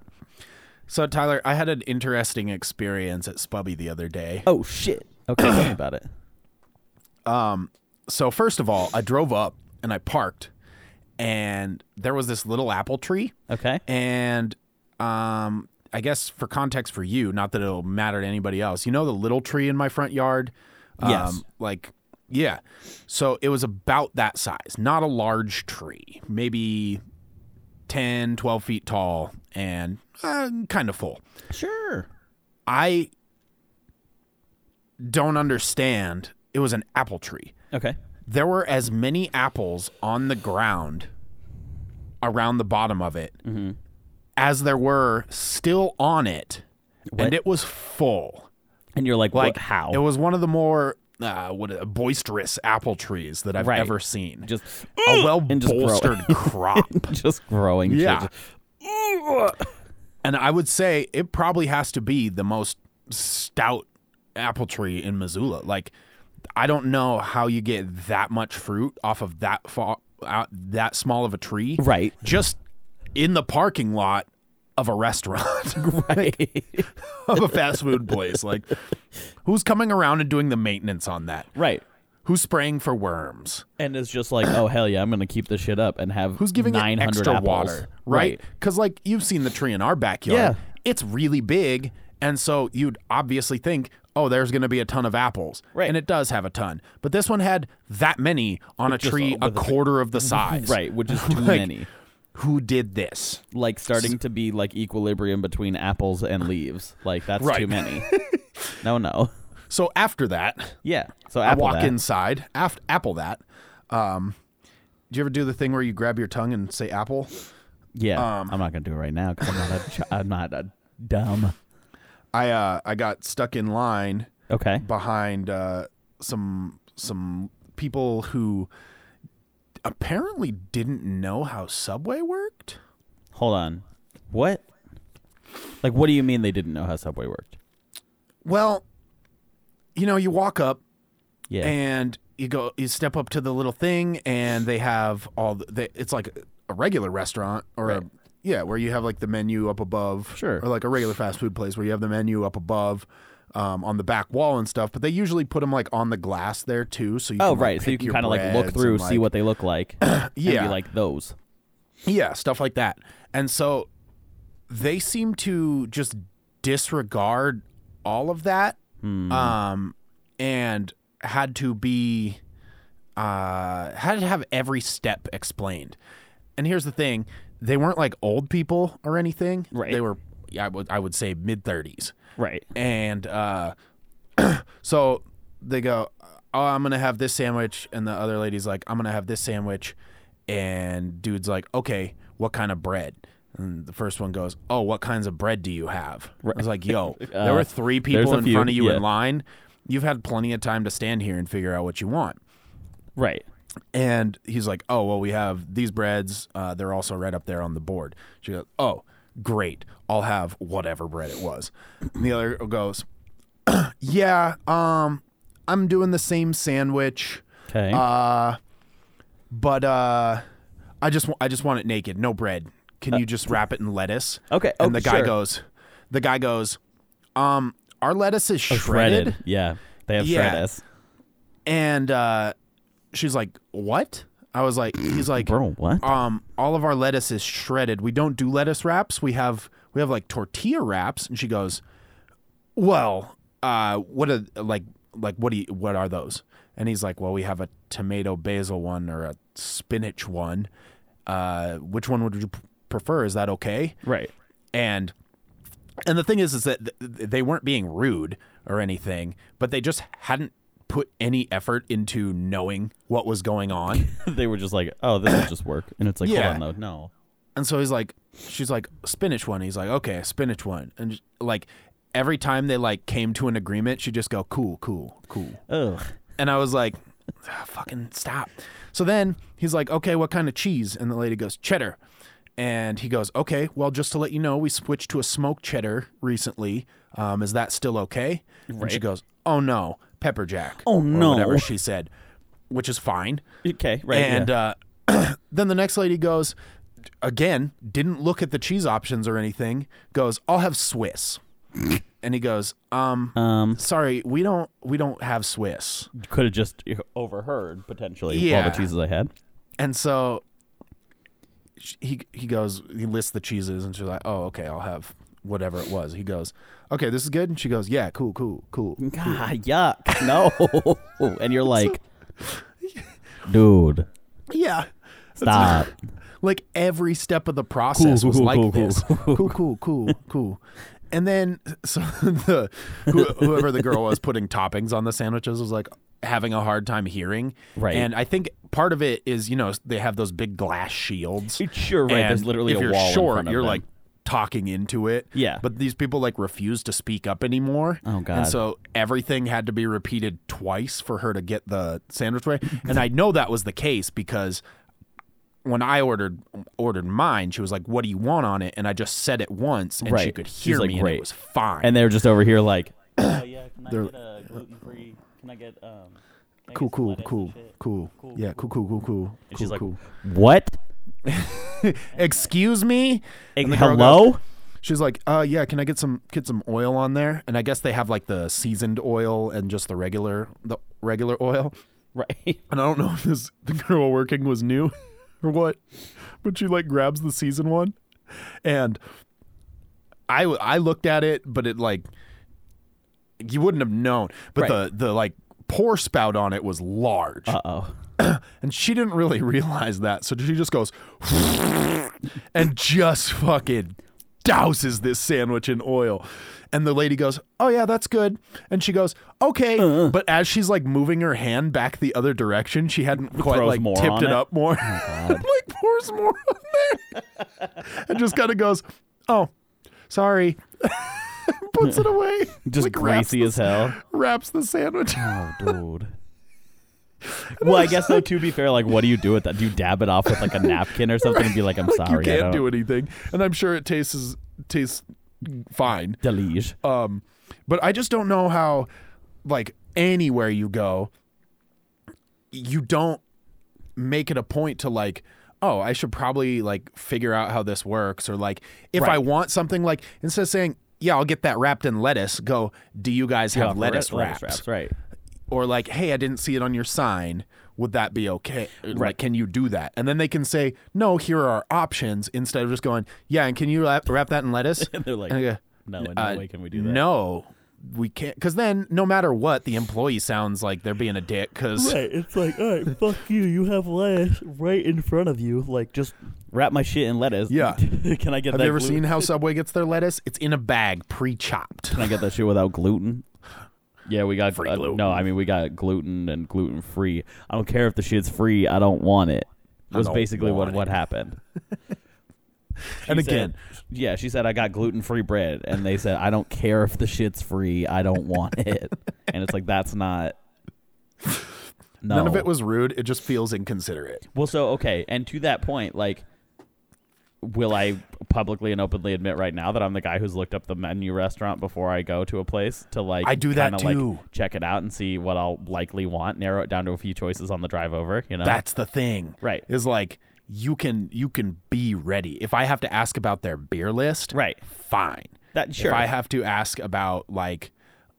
So Tyler, I had an interesting experience at Spubby the other day. Oh shit. Okay, tell me about it. so first of all, I drove up and I parked, and there was this little apple tree, Okay. and um, I guess for context for you, not that it'll matter to anybody else, you know the little tree in my front yard. Um, Yes. Like, yeah. So it was about that size, not a large tree, maybe 10, 12 feet tall, and uh, kind of full. Sure. I don't understand. It was an apple tree Okay. there were as many apples on the ground around the bottom of it Mm-hmm. as there were still on it, What? and it was full. And you're like, Like what? How? It was one of the more uh, what uh, boisterous apple trees that I've Right. ever seen. just a well and just grow- bolstered crop. just growing. shit. Yeah. And I would say it probably has to be the most stout apple tree in Missoula. Like, I don't know how you get that much fruit off of that far, out, that small of a tree. Right. Just in the parking lot of a restaurant, Right. of a fast food place. Like, who's coming around and doing the maintenance on that? right. Who's spraying for worms? and it's just like, oh hell yeah, I'm gonna keep this shit up and have Who's giving it 900 extra apples. water? Right? Because, like, you've seen the tree in our backyard. Yeah. It's really big. And so you'd obviously think, oh, there's going to be a ton of apples. Right. And it does have a ton. But this one had that many on a Just tree a with a- quarter of the size. right, which is too Like- many. Who did this? Like starting to be like equilibrium between apples and leaves. Like that's Right. too many. no, no. So after that, Yeah. So I apple walk that. inside, af- apple that. Um, do you ever do the thing where you grab your tongue and say apple? Yeah. um, I'm not gonna do it right now because I'm not a. Ch- I'm not a dumb. I uh, I got stuck in line Okay. behind uh, some some people who apparently didn't know how Subway worked. Hold on. What? Like, what do you mean they didn't know how Subway worked? Well, you know, you walk up Yeah. and you go, you step up to the little thing, and they have all the. They, it's like a regular restaurant or a Right. yeah, where you have like the menu up above, Sure. or like a regular fast food place where you have the menu up above. Um, on the back wall and stuff, but they usually put them like on the glass there too, so you oh can, like, right. So you pick can your kind of like look breads through, and, see like- what they look like. yeah. Yeah. like those. Yeah, stuff like that. And so they seem to just disregard all of that um, and had to be, uh, had to have every step explained. And here's the thing they weren't like old people or anything. Right. They were, yeah, I would, I would say, mid 30s. Right. And uh, so they go, Oh, I'm going to have this sandwich. And the other lady's like, I'm going to have this sandwich. and dude's like, "Okay, what kind of bread?" And the first one goes, "Oh, what kinds of bread do you have?" I was like, "Yo, there were three there's people a in few, front of you yeah. in line. You've had plenty of time to stand here and figure out what you want." Right. And he's like, "Oh, well, we have these breads. Uh, they're also right up there on the board." She goes, "Oh, great. I'll have whatever bread it was." And the other goes, "Yeah, um, I'm doing the same sandwich, Okay. uh, but uh, I just wa- I just want it naked, no bread. Can you just wrap it in lettuce?" Uh, Okay, oh, And the guy sure. goes, "The guy goes, um, our lettuce is Oh, shredded. shredded. Yeah. They have Yeah. shred us. And uh, she's like, "What?" I was like, "He's like, Bro, what? Um, all of our lettuce is shredded. We don't do lettuce wraps. We have we have like tortilla wraps." And she goes, "Well, uh, what are like like what do you, what are those?" And he's like, "Well, we have a tomato basil one or a spinach one. Uh, which one would you p- prefer? Is that okay?" right. and and the thing is is that th- th- they weren't being rude or anything but they just hadn't put any effort into knowing what was going on they were just like, oh, this will just work. And it's like, Yeah. hold on, though. No. and so he's like she's like spinach one he's like okay spinach one and j- like every time they like came to an agreement she'd just go cool cool cool Ugh. and i was like "Ah, fucking stop so then he's like okay what kind of cheese and the lady goes cheddar and he goes okay well just to let you know we switched to a smoked cheddar recently um, is that still okay and she Right. goes oh no pepper jack Oh, or no. whatever she said which is fine Okay. Right. and yeah. uh, then the next lady goes again didn't look at the cheese options or anything goes i'll have swiss and he goes um, um, sorry we don't we don't have swiss could have just overheard potentially all uh, Yeah. the cheeses I had. And so sh- he he goes, he lists the cheeses, and she's like, "Oh, okay, I'll have whatever it was." He goes, "Okay, this is good," and she goes, "Yeah, cool, cool, cool." God, yuck. No. and you're like, dude, yeah, stop. like every step of the process Cool, was cool, like cool, this. Cool, cool, cool, cool. And then so the who- whoever the girl was putting toppings on the sandwiches was like having a hard time hearing. Right. And I think part of it is you know they have those big glass shields. It's sure right. And There's literally if a you're wall. in short, front of you're them. like talking into it. Yeah. But these people like refuse to speak up anymore. Oh, God. And so everything had to be repeated twice for her to get the sandwich right. and I know that was the case because when I ordered ordered mine, she was like, "What do you want on it?" And I just said it once, and she Right. could She's hear like, me, and "Great." it was fine. and they're just over here like, oh yeah, can I They're- get a gluten free? Can I get um? cool, cool, cool, cool, yeah, cool, cool, cool, cool. And cool she's like, cool. what? "Excuse me." Ex- And the girl goes, hello? She's like, uh, yeah, can I get some get some oil on there? And I guess they have like the seasoned oil and just the regular the regular oil. Right. And I don't know if this the girl working was new or what, but she like grabs the season one, and I w- I looked at it, but it like you wouldn't have known, Right. but the the like pour spout on it was large, Uh oh. and she didn't really realize that, so she just goes and just fucking douses this sandwich in oil. And the lady goes, "Oh yeah, that's good." And she goes, "Okay," Uh-huh. but as she's like moving her hand back the other direction, she hadn't quite Throws like more tipped on it, it? Oh, up more. like pours more on there, and just kind of goes, "Oh, sorry." Puts it away. Just like, wraps greasy as hell. Wraps the sandwich. Oh, dude. well, I guess though. To be fair, like, what do you do with that? Do you dab it off with like a napkin or something and be like, "I'm like sorry, you I don't." can't do anything. And I'm sure it tastes tastes fine. Delige. Um, but I just don't know how, like anywhere you go, you don't make it a point to like, oh, I should probably like figure out how this works, or like if I Right. want something, like instead of saying. Yeah, I'll get that wrapped in lettuce. Go. Do you guys have Yeah, lettuce, re- wraps? right? Or like, hey, I didn't see it on your sign. Would that be okay? Like, can you do that? And then they can say, no, here are our options. Instead of just going, yeah, and can you wrap, wrap that in lettuce? And they're like, And I go, "No, in no uh, way can we do that." No, we can't. Because then, no matter what, the employee sounds like they're being a dick. Because Right. It's like, all right, fuck you. You have lettuce right in front of you. Like, just Wrap my shit in lettuce. Yeah. Can I get that? have you ever gluten- seen how Subway gets their lettuce? It's in a bag, pre-chopped. Can I get that shit without gluten? Yeah, we got Free uh, gluten. no. I mean, we got gluten and gluten free. I don't care if the shit's free. I don't want it. I was don't basically what want what it. happened. She said- And again, yeah, she said I got gluten free bread, and they said I don't care if the shit's free, I don't want it, and it's like that's not. No. none of it was rude. It just feels inconsiderate. Well, so okay, and to that point, like, will I publicly and openly admit right now that I'm the guy who's looked up the menu restaurant before I go to a place to like I do that kinda, like, too. check it out and see what I'll likely want, narrow it down to a few choices on the drive over. You know, That's the thing. Uh-huh. Right. Is like you can you can be ready. If I have to ask about their beer list, Right. Fine. That- sure. If I have to ask about like,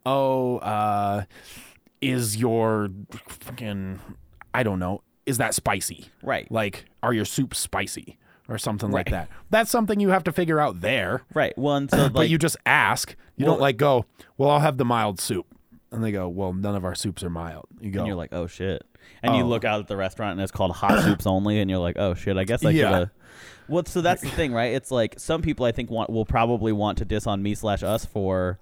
oh, uh, is your fucking I don't know, is that spicy? Right. Like, are your soups spicy? Or something like Right. that. That's something you have to figure out there. right. Well, and so like, But you just ask. You Well- don't like go, well, I'll have the mild soup. And they go, well, none of our soups are mild. You go, and you're like, oh shit, and you look out at the restaurant and it's called hot soups only, and you're like, oh shit, I guess I Yeah. could have. Well, so that's the thing, right? It's like some people I think want will probably want to diss on me slash us for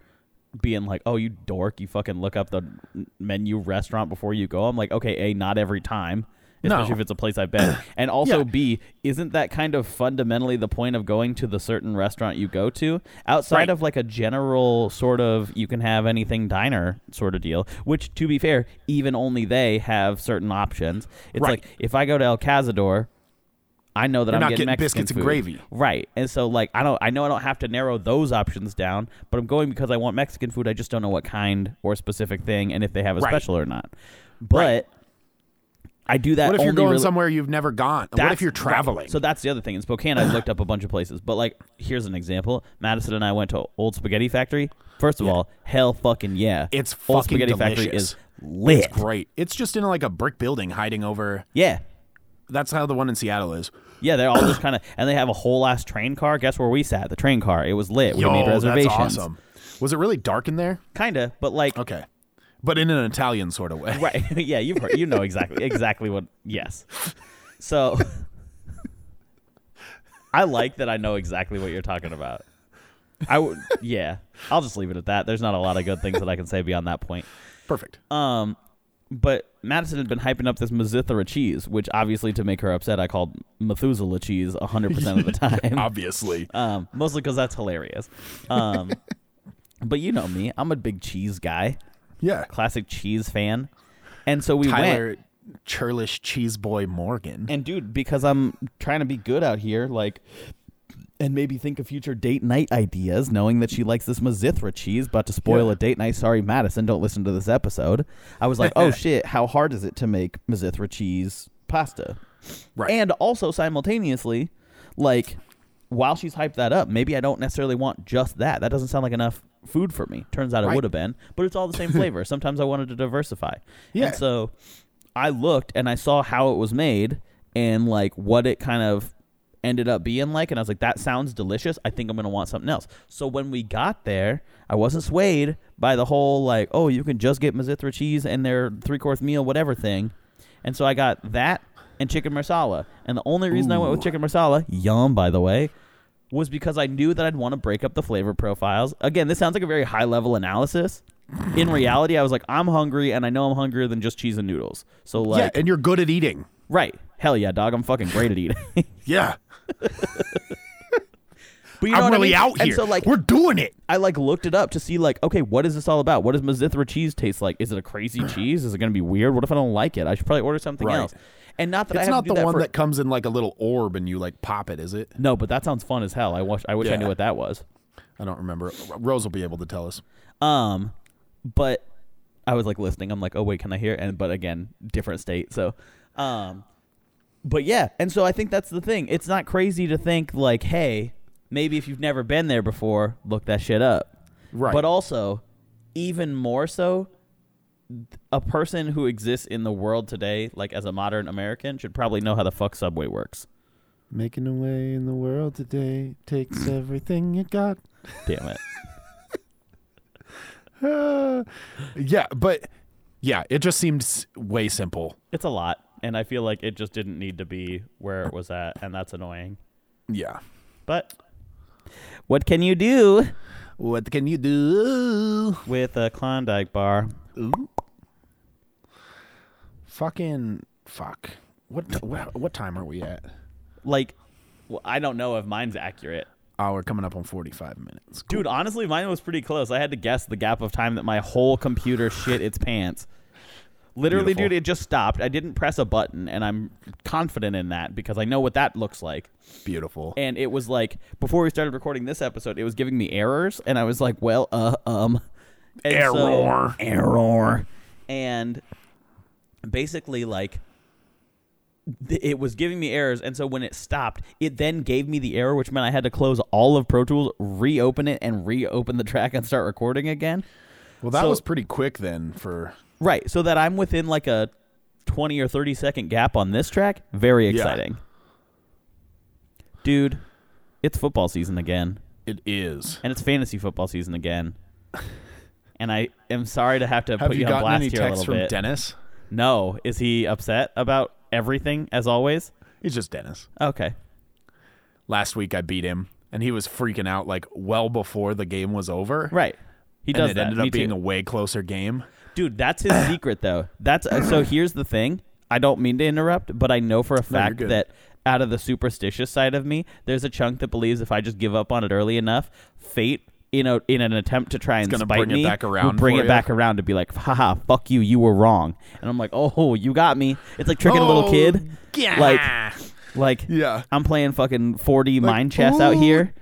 being like, oh, you dork, you fucking look up the n- menu restaurant before you go. I'm like, okay, a not every time. No. Especially if it's a place I've been. And also, Yeah. B, isn't that kind of fundamentally the point of going to the certain restaurant you go to? Outside Right. of like a general sort of you can have anything diner sort of deal, which to be fair, even only they have certain options. It's Right. like if I go to El Cazador, I know that You're I'm not getting, getting Mexican biscuits and food. gravy. right? And so like I don't, I know I don't have to narrow those options down, but I'm going because I want Mexican food. I just don't know what kind or specific thing, and if they have a Right. special or not. But I do that. What if you're only going really- somewhere you've never gone? What that's- if you're traveling? So that's the other thing. In Spokane, I looked up a bunch of places, but like here's an example. Madison and I went to Old Spaghetti Factory. First of all, hell fucking yeah, It's Old fucking Spaghetti Factory delicious. is lit. it's great. It's just in like a brick building hiding over. yeah, That's how the one in Seattle is. Yeah, they're all just kind of, and they have a whole ass train car. Guess where we sat? The train car. It was lit. we made Yo, that's reservations. awesome. Was it really dark in there? Kinda, but like, Okay, but in an Italian sort of way. right? yeah, you've heard, you know exactly, exactly what. Yes. So, I like that. I know exactly what you're talking about. I would, yeah. I'll just leave it at that. There's not a lot of good things that I can say beyond that point. Perfect. Um, but Madison had been hyping up this Mazithera cheese, which obviously to make her upset, I called Methuselah cheese 100% of the time. Obviously, um, mostly because that's hilarious. Um, but you know me, I'm a big cheese guy, yeah. classic cheese fan, and so we went. Tyler Churlish Cheese Boy Morgan. And dude, because I'm trying to be good out here, like, and maybe think of future date night ideas, knowing that she likes this Mazithra cheese. About to spoil Yeah. a date night. Sorry, Madison, don't listen to this episode. I was like, oh shit, how hard is it to make Mazithra cheese pasta? Right. And also simultaneously, like, while she's hyped that up, maybe I don't necessarily want just that. That doesn't sound like enough food for me. Turns out it Right. would have been, but it's all the same flavor. Sometimes I wanted to diversify. Yeah. And so I looked and I saw how it was made and like what it kind of ended up being like and I was like that sounds delicious. I think I'm going to want something else. So when we got there, I wasn't swayed by the whole like oh you can just get Mazithra cheese and their three-course meal whatever thing. And so I got that and chicken marsala. And the only reason I went with chicken marsala, yum by the way, was because I knew that I'd want to break up the flavor profiles. Again, this sounds like a very high level analysis. In reality, I was like, I'm hungry, and I know I'm hungrier than just cheese and noodles. So, yeah, like, and you're good at eating. right. Hell yeah, dog. I'm fucking great at eating. but Yeah, you know what I'm I really mean? out here. And so, like, we're doing it. I like looked it up to see, like, okay, what is this all about? What does Mazithra cheese taste like? Is it a crazy cheese? Is it going to be weird? What if I don't like it? I should probably order something Right. else. And not that I It's have not to do the that one for- that comes in like a little orb and you like pop it, is it? No, but that sounds fun as hell. I wish I wish I Yeah. knew what that was. I don't remember. Rose will be able to tell us. Um, but I was like listening. I'm like, oh wait, can I hear? And but again, different state. So, um, but yeah, and so I think that's the thing. It's not crazy to think like, hey, maybe if you've never been there before, look that shit up. Right. But also, even more so, a person who exists in the world today, like as a modern American, should probably know how the fuck subway works. Making a way in the world today takes everything you got. Damn it. Uh, yeah, but yeah, it just seemed s- way simple. it's a lot, and I feel like it just didn't need to be where it was at, and that's annoying. Yeah. But what can you do What can you do? with a Klondike bar? Fucking fuck. What, what what time are we at? Like, well, I don't know if mine's accurate. Oh, we're coming up on forty five minutes. Cool. Dude, honestly, mine was pretty close. I had to guess the gap of time that my whole computer shit its pants. Literally, Beautiful. dude, it just stopped. I didn't press a button, and I'm confident in that because I know what that looks like. beautiful. And it was like before we started recording this episode, it was giving me errors, and I was like, "Well, uh, um, and so- Error. error," and basically like th- it was giving me errors and so when it stopped it then gave me the error which meant i had to close all of pro tools reopen it and reopen the track and start recording again Well, that so- was pretty quick then. For Right, so that I'm within like a 20 or 30 second gap on this track, very exciting. Dude, it's football season again, it is. and it's fantasy football season again. And I am sorry to have to Have put you, you, on gotten blast any here a texts little from bit. Dennis? No, is he upset about everything as always? He's just Dennis. Okay. Last week I beat him, and he was freaking out like well before the game was over. Right. He and does it that. ended Me up being too. a way closer game. Dude, that's his secret though. That's uh, so here's the thing. I don't mean to interrupt, but I know for a you're fact good. that out of the superstitious side of me, there's a chunk that believes if I just give up on it early enough, fate in a in an attempt to try and gonna spite bring it me, back around will bring for it you. back around to be like, haha, fuck you, you were wrong. And I'm like, oh, you got me. It's like tricking a little kid. Yeah. Like- Like, yeah. I'm playing fucking 4D mind chess out ooh. here,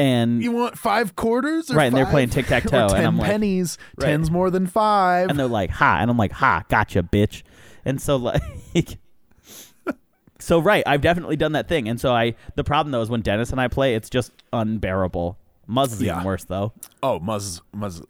and You want five quarters? Or Right, and they're five- playing tic-tac-toe, or and ten I'm like- pennies. Right. Ten's more than five. and they're like ha and i'm like ha gotcha bitch and so like so right i've definitely done that thing and so i the problem though is when dennis and i play it's just unbearable muzz is Yeah. even worse though oh, Muzz, Muzz,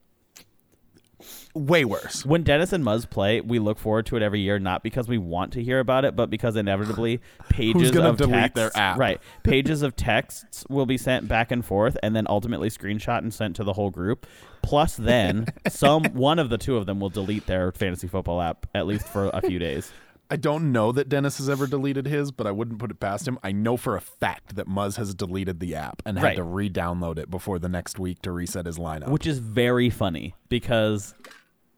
way worse. when dennis and muzz play we look forward to it every year not because we want to hear about it but because inevitably pages gonna of delete texts, their app? right pages of texts will be sent back and forth and then ultimately screenshot and sent to the whole group plus then some one of the two of them will delete their fantasy football app at least for a few days I don't know that Dennis has ever deleted his, but I wouldn't put it past him. I know for a fact that Muzz has deleted the app and Right. had to re-download it before the next week to reset his lineup. which is very funny because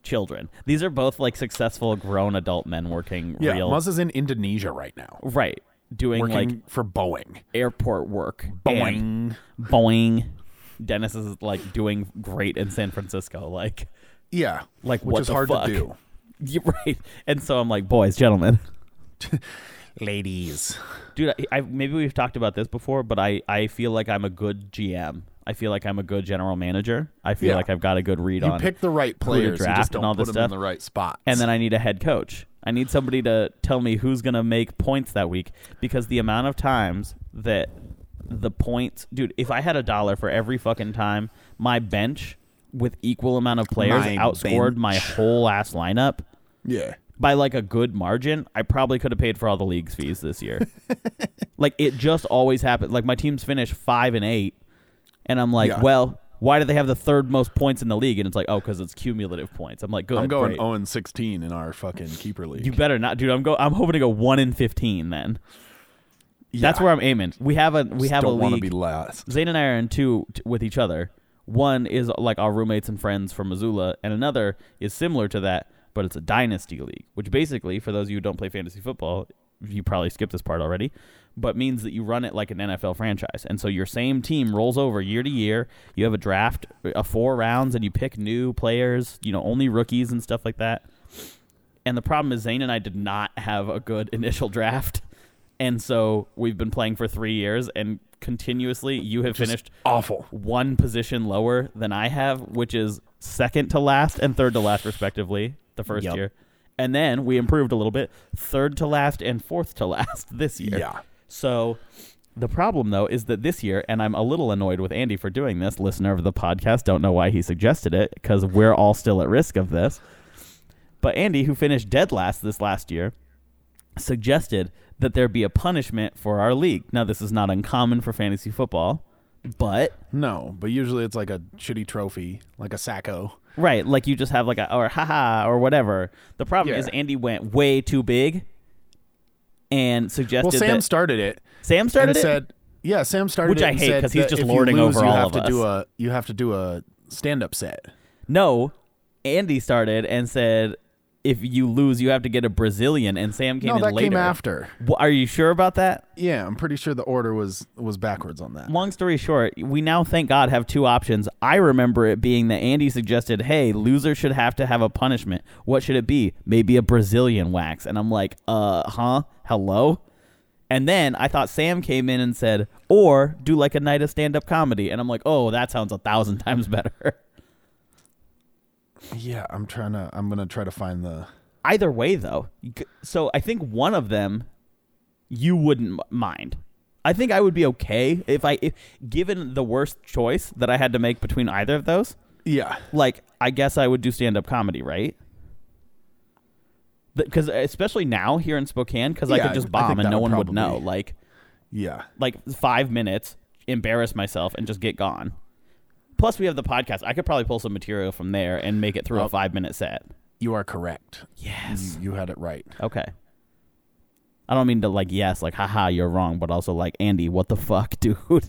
children. These are both like successful grown adult men working yeah, real Muzz is in Indonesia right now, right doing working like for Boeing. airport work. and Boeing. boing. Dennis is like doing great in San Francisco, like yeah, like which what is the hard fuck? to do. you're right. And so I'm like, boys, gentlemen, Ladies, dude. I, I maybe we've talked about this before, but I I feel like I'm a good GM. I feel like I'm a good general manager. I feel Yeah. like I've got a good read you on pick the right who to players, you draft just and don't all put this them stuff. in the right spots. and then I need a head coach. I need somebody to tell me who's going to make points that week because the amount of times that the points, dude, if I had a dollar for every fucking time my bench with equal amount of players My outscored my bench. whole ass lineup yeah, by like a good margin, I probably could have paid for all the league's fees this year. like it just always happens. Like my team's finished 5 and 8 and I'm like, Yeah. well, why do they have the third most points in the league? And it's like, oh, because it's cumulative points. I'm like, good. I'm going great. 0 and 16 in our fucking keeper league. You better not, dude. I'm go. I'm hoping to go one in fifteen. Then that's Yeah. where I'm aiming. We have a we Just have a don't wanna league. be last. Zane and I are in two t- with each other. One is like our roommates and friends from Missoula, and another is similar to that, but it's a dynasty league, which basically, for those of you who don't play fantasy football, you probably skipped this part already, but means that you run it like an NFL franchise. And so your same team rolls over year to year. You have a draft, a four rounds, and you pick new players, you know, only rookies and stuff like that. And the problem is Zane and I did not have a good initial draft. And so we've been playing for three years and continuously you have finished Awful. one position lower than I have, which is second to last and third to last, respectively, the first Yep. year. And then we improved a little bit, third to last and fourth to last this year. Yeah. So the problem, though, is that this year, and I'm a little annoyed with Andy for doing this, listener of the podcast, don't know why he suggested it because we're all still at risk of this. But Andy, who finished dead last this last year, suggested that there be a punishment for our league. Now, this is not uncommon for fantasy football, but No, but usually it's like a shitty trophy, like a sacco. Right, like you just have like a or haha or whatever. The problem Yeah. is Andy went way too big and suggested Well, Sam that started it Sam started and it. said, "Yeah, Sam started Which it I and hate said 'cause he's that just if lording you lose, over you all have of to us. do a you have to do a stand up set." no, Andy started and said if you lose, you have to get a Brazilian, and Sam came no, in that later. came after. Wh- Are you sure about that? Yeah, I'm pretty sure the order was was backwards on that. long story short, we now thank God have two options. I remember it being that Andy suggested, "Hey, loser should have to have a punishment. What should it be? Maybe a Brazilian wax." And I'm like, "Uh, huh? Hello?" And then I thought Sam came in and said, "Or do like a night of stand-up comedy." And I'm like, "Oh, that sounds a thousand times better." Yeah, I'm trying to. I'm gonna try to find the. Either way, though, g- so I think one of them you wouldn't m- mind. I think I would be okay if I, if, given the worst choice that I had to make between either of those. Yeah, like I guess I would do stand up comedy, right? Because especially now here in Spokane, because I Yeah, could just I think bomb and that no would one would know. probably- Like yeah. like five minutes, embarrass myself, and just get gone. Plus, we have the podcast. I could probably pull some material from there and make it through a Oh. five minute set. You are correct. Yes. You had it right. Okay. I don't mean to like yes, like haha, you're wrong, but also like Andy, what the fuck, dude?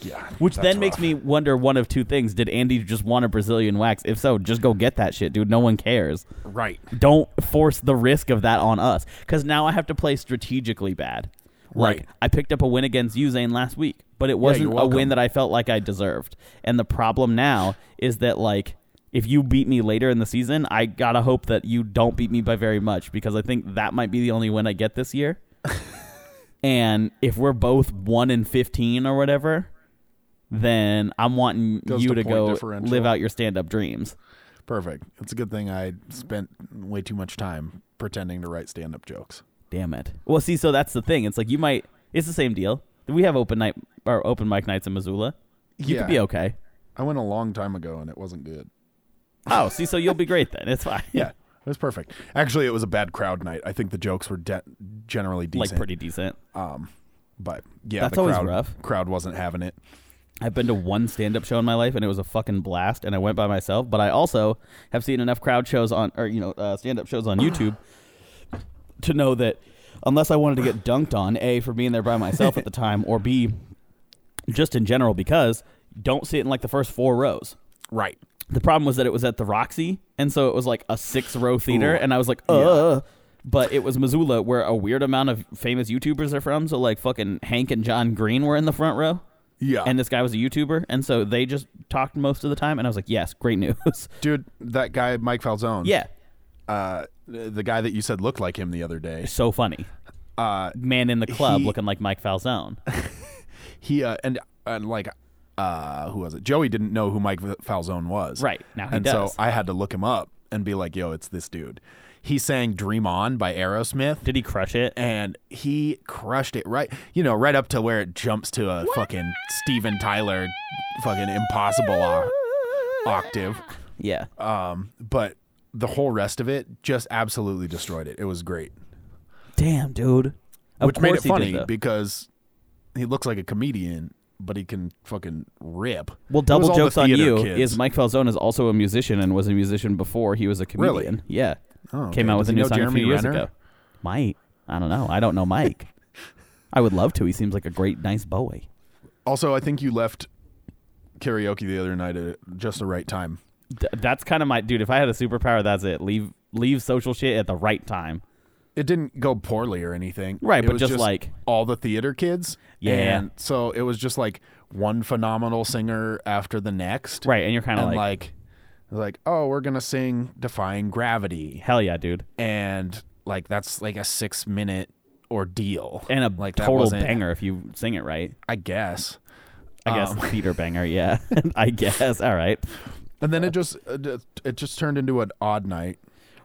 Yeah. Which that's then makes rough. me wonder one of two things: Did Andy just want a Brazilian wax? If so, just go get that shit, dude. No one cares. right. don't force the risk of that on us because now I have to play strategically bad. Like Right. I picked up a win against Uzane last week, but it wasn't you're a win welcome. that I felt like I deserved. And the problem now is that like if you beat me later in the season, I gotta hope that you don't beat me by very much because I think that might be the only win I get this year. and if we're both one in fifteen or whatever, then I'm wanting Goes you to to point go differential. live out your stand up dreams. Perfect. It's a good thing I spent way too much time pretending to write stand up jokes. Damn it. Well, see, so that's the thing. It's like you might. It's the same deal. We have open night or open mic nights in Missoula. You yeah. could be okay. I went a long time ago and it wasn't good. Oh, see, so you'll be great then. It's fine. Yeah. It was perfect. Actually, it was a bad crowd night. I think the jokes were de- generally decent. like pretty decent. Um, but yeah, That's the always crowd, rough. crowd wasn't having it. I've been to one stand up show in my life, and it was a fucking blast. And I went by myself, but I also have seen enough crowd shows on or you know uh, stand up shows on YouTube to know that unless I wanted to get dunked on, a for being there by myself at the time, or b just in general because don't sit in like the first four rows. Right. the problem was that it was at the Roxy, and so it was like a six row theater, Ooh. and I was like, uh. But it was Missoula, where a weird amount of famous YouTubers are from. So like fucking Hank and John Green were in the front row, Yeah. and this guy was a YouTuber, and so they just talked most of the time, and I was like, yes, great news, dude, that guy Mike Falzone. yeah, Uh, the guy that you said looked like him the other day. so funny. Uh, Man in the club He- looking like Mike Falzone. he uh, and and like uh, who was it? Joey didn't know who Mike Falzone was. Right, now he and does. so I had to look him up and be like, "Yo, it's this dude." He sang "Dream On" by Aerosmith. Did he crush it? and he crushed it right you know right up to where it jumps to a fucking steven tyler fucking impossible o- octave Yeah. um but the whole rest of it just absolutely destroyed it it was great Damn, dude. Of which made course it he did, funny though. because he looks like a comedian but he can fucking rip Well, It was double all the jokes on theater you kids. is Mike Falzone is also a musician and was a musician before he was a Really? comedian. Yeah, Oh, came okay. out with Does a he new know song a Jeremy few years Renner? ago. Mike, I don't know. I don't know Mike. I would love to. He seems like a great, nice boy. also i think you left karaoke the other night at just the right time Th- that's kind of my dude. If I had a superpower, that's it. Leave leave social shit at the right time. it didn't go poorly or anything. Right, It but was just like- all the theater kids. Yeah. And so it was just like one phenomenal singer after the next. Right, and you're kind of And like, like like, oh, we're gonna sing Defying Gravity. hell yeah, dude, And like that's like a six minute ordeal. and a like that total wasn't- banger if you sing it right. I guess. I guess Um. theater banger. Yeah, I guess. All right. And then it just it just turned into an odd night.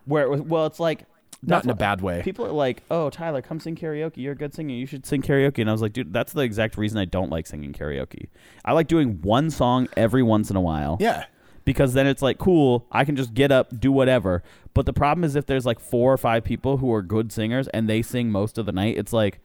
Where it was, well, it's like Not in a what- bad way. People are like, "Oh, Tyler, come sing karaoke. You're a good singer. You should sing karaoke." And I was like, "Dude, that's the exact reason I don't like singing karaoke. I like doing one song every once in a while." yeah. Because then it's like, "Cool, I can just get up, do whatever." But the problem is if there's like four or five people who are good singers and they sing most of the night, it's like,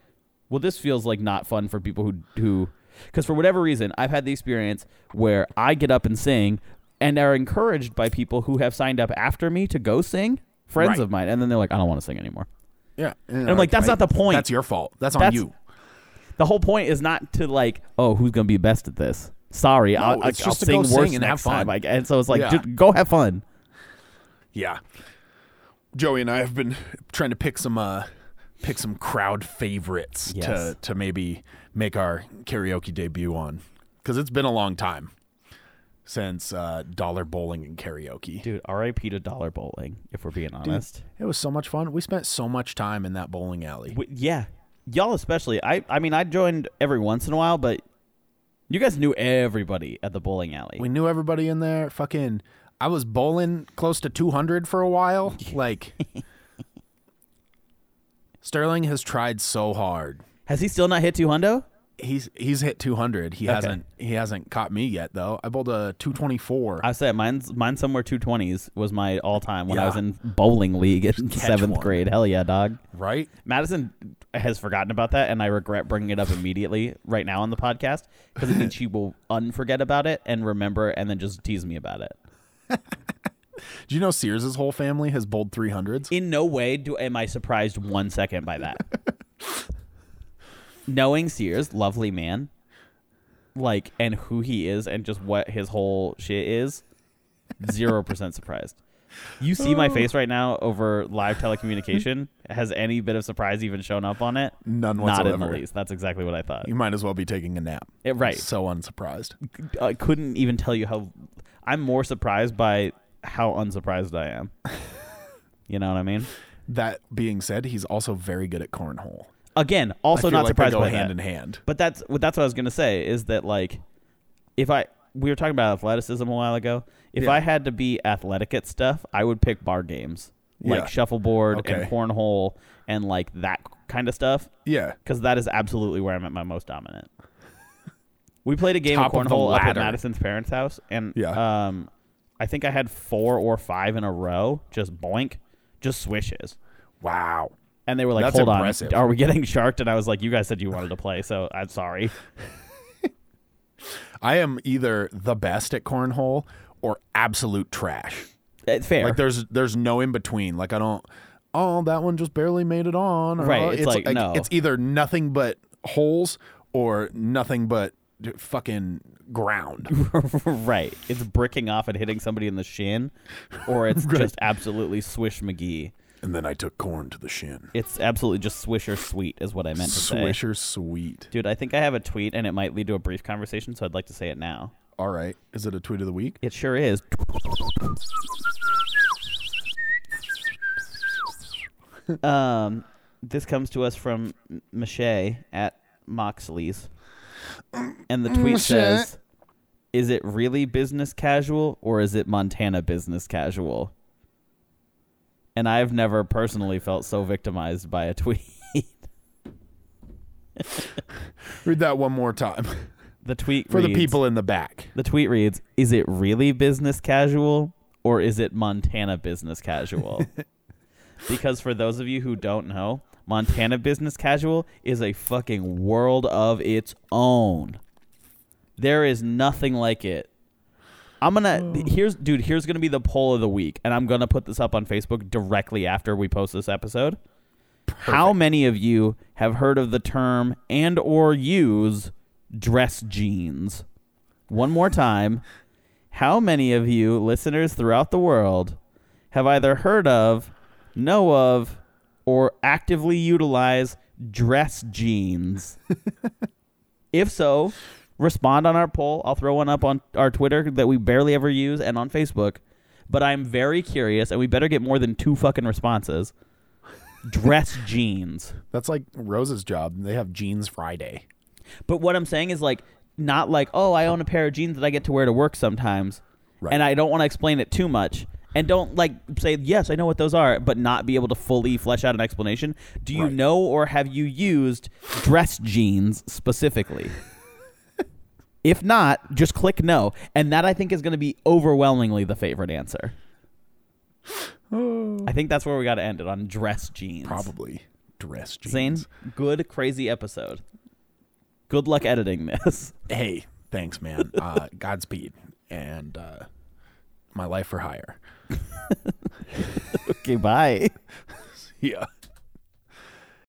"Well, this feels like not fun for people who who cuz for whatever reason, I've had the experience where I get up and sing and are encouraged by people who have signed up after me to go sing, friends Right. of mine, and then they're like, "I don't want to sing anymore." Yeah. And, I'm like, that's not the point. That's your fault. That's on That's- you. The whole point is not to like, oh, who's gonna be best at this? Sorry, I'll, it's I'll just to sing worse go sing and next have fun. time. Like, and so it's like, Yeah. just go have fun. Yeah. Joey and I have been trying to pick some uh, pick some crowd favorites Yes. to to maybe make our karaoke debut on because it's been a long time since uh, dollar bowling and karaoke. Dude, R.I.P. to dollar bowling. If we're being honest, It was so much fun. We spent so much time in that bowling alley. W yeah, y'all especially. I I mean, I joined every once in a while, but you guys knew everybody at the bowling alley. We knew everybody in there. Fucking, I was bowling close to 200 for a while. Like, Sterling has tried so hard. Has he still not hit two hundo? He's he's hit 200. He hasn't he hasn't caught me yet though. I bowled a 224. I said mine's mine somewhere two twenties was my all time when I Yeah. was in bowling league in seventh one. grade. Hell yeah, dog. right? Madison has forgotten about that, and I regret bringing it up immediately right now on the podcast because it means she will unforget about it and remember, and then just tease me about it. Do you know Sears' whole family has bowled 300s? In no way do am I surprised one second by that. Knowing Sears, lovely man, like and who he is and just what his whole shit is, zero percent surprised. You see my face right now over live telecommunication. Has any bit of surprise even shown up on it? Not None in whatsoever. the least. That's exactly what I thought. you might as well be taking a nap. It- right. So unsurprised. uh, I couldn't even tell you how. I'm more surprised by how unsurprised I am. you know what I mean? That being said, he's also very good at cornhole. Again, I also feel not like surprised they go by hand that. in hand. But that's what that's what I was gonna say is that like, if I we were talking about athleticism a while ago, if Yeah. I had to be athletic at stuff, I would pick bar games like Yeah. shuffleboard and Okay. cornhole and like that kind of stuff Yeah. because that is absolutely where I'm at my most dominant. We played a game Top of of the cornhole up at ladder. Madison's parents' house, and Yeah. um, I think I had four or five in a row, just boink, just swishes. Wow. And they were like, That's "Hold impressive. on, are we getting sharked?" And I was like, "You guys said you wanted to play, so I'm sorry." I am either the best at cornhole or absolute trash. It's Eh, fair. Like there's there's no in between. Like I don't oh that one just barely made it on. or, Right, "Oh," it's like, no. it's either nothing but holes or nothing but d- fucking ground. right? It's bricking off and hitting somebody in the shin, or it's just absolutely swish McGee. and then I took corn to the shin. It's absolutely just swish or sweet is what I meant to say. Swisher sweet. Dude, I think I have a tweet, and it might lead to a brief conversation, so I'd like to say it now. All right. Is it a tweet of the week? It sure is. um, this comes to us from M- Mache at Moxley's, and Mm, the tweet says, "Is it really business casual or is it Montana business casual?" And I've never personally felt so victimized by a tweet. Read that one more time the tweet for the reads- people in the back. The tweet reads, Is it really business casual or is it Montana business casual? because for those of you who don't know, Montana business casual is a fucking world of its own. There is nothing like it. I'm gonna th- here's dude, here's gonna be the poll of the week, and I'm gonna put this up on Facebook directly after we post this episode. How many of you have heard of the term and or use dress jeans? One more time. How many of you listeners throughout the world have either heard of, know of, or actively utilize dress jeans? if so, respond on our poll. I'll throw one up on our Twitter that we barely ever use and on Facebook. But I'm very curious, and we better get more than two fucking responses. Dress jeans. That's like Rose's job. They have jeans Friday. But what I'm saying is like not like, oh, I own a pair of jeans that I get to wear to work sometimes. Right. And I don't want to explain it too much. And don't like say, yes, I know what those are, but not be able to fully flesh out an explanation. Do you Right. know or have you used dress jeans specifically? if not, just click no. And that I think is going to be overwhelmingly the favorite answer. I think that's where we got to end it on dress jeans. Probably dress jeans. Zane, good crazy episode. Good luck editing this. hey, thanks, man. Uh, Godspeed and uh, my life for hire. Okay, bye. Yeah.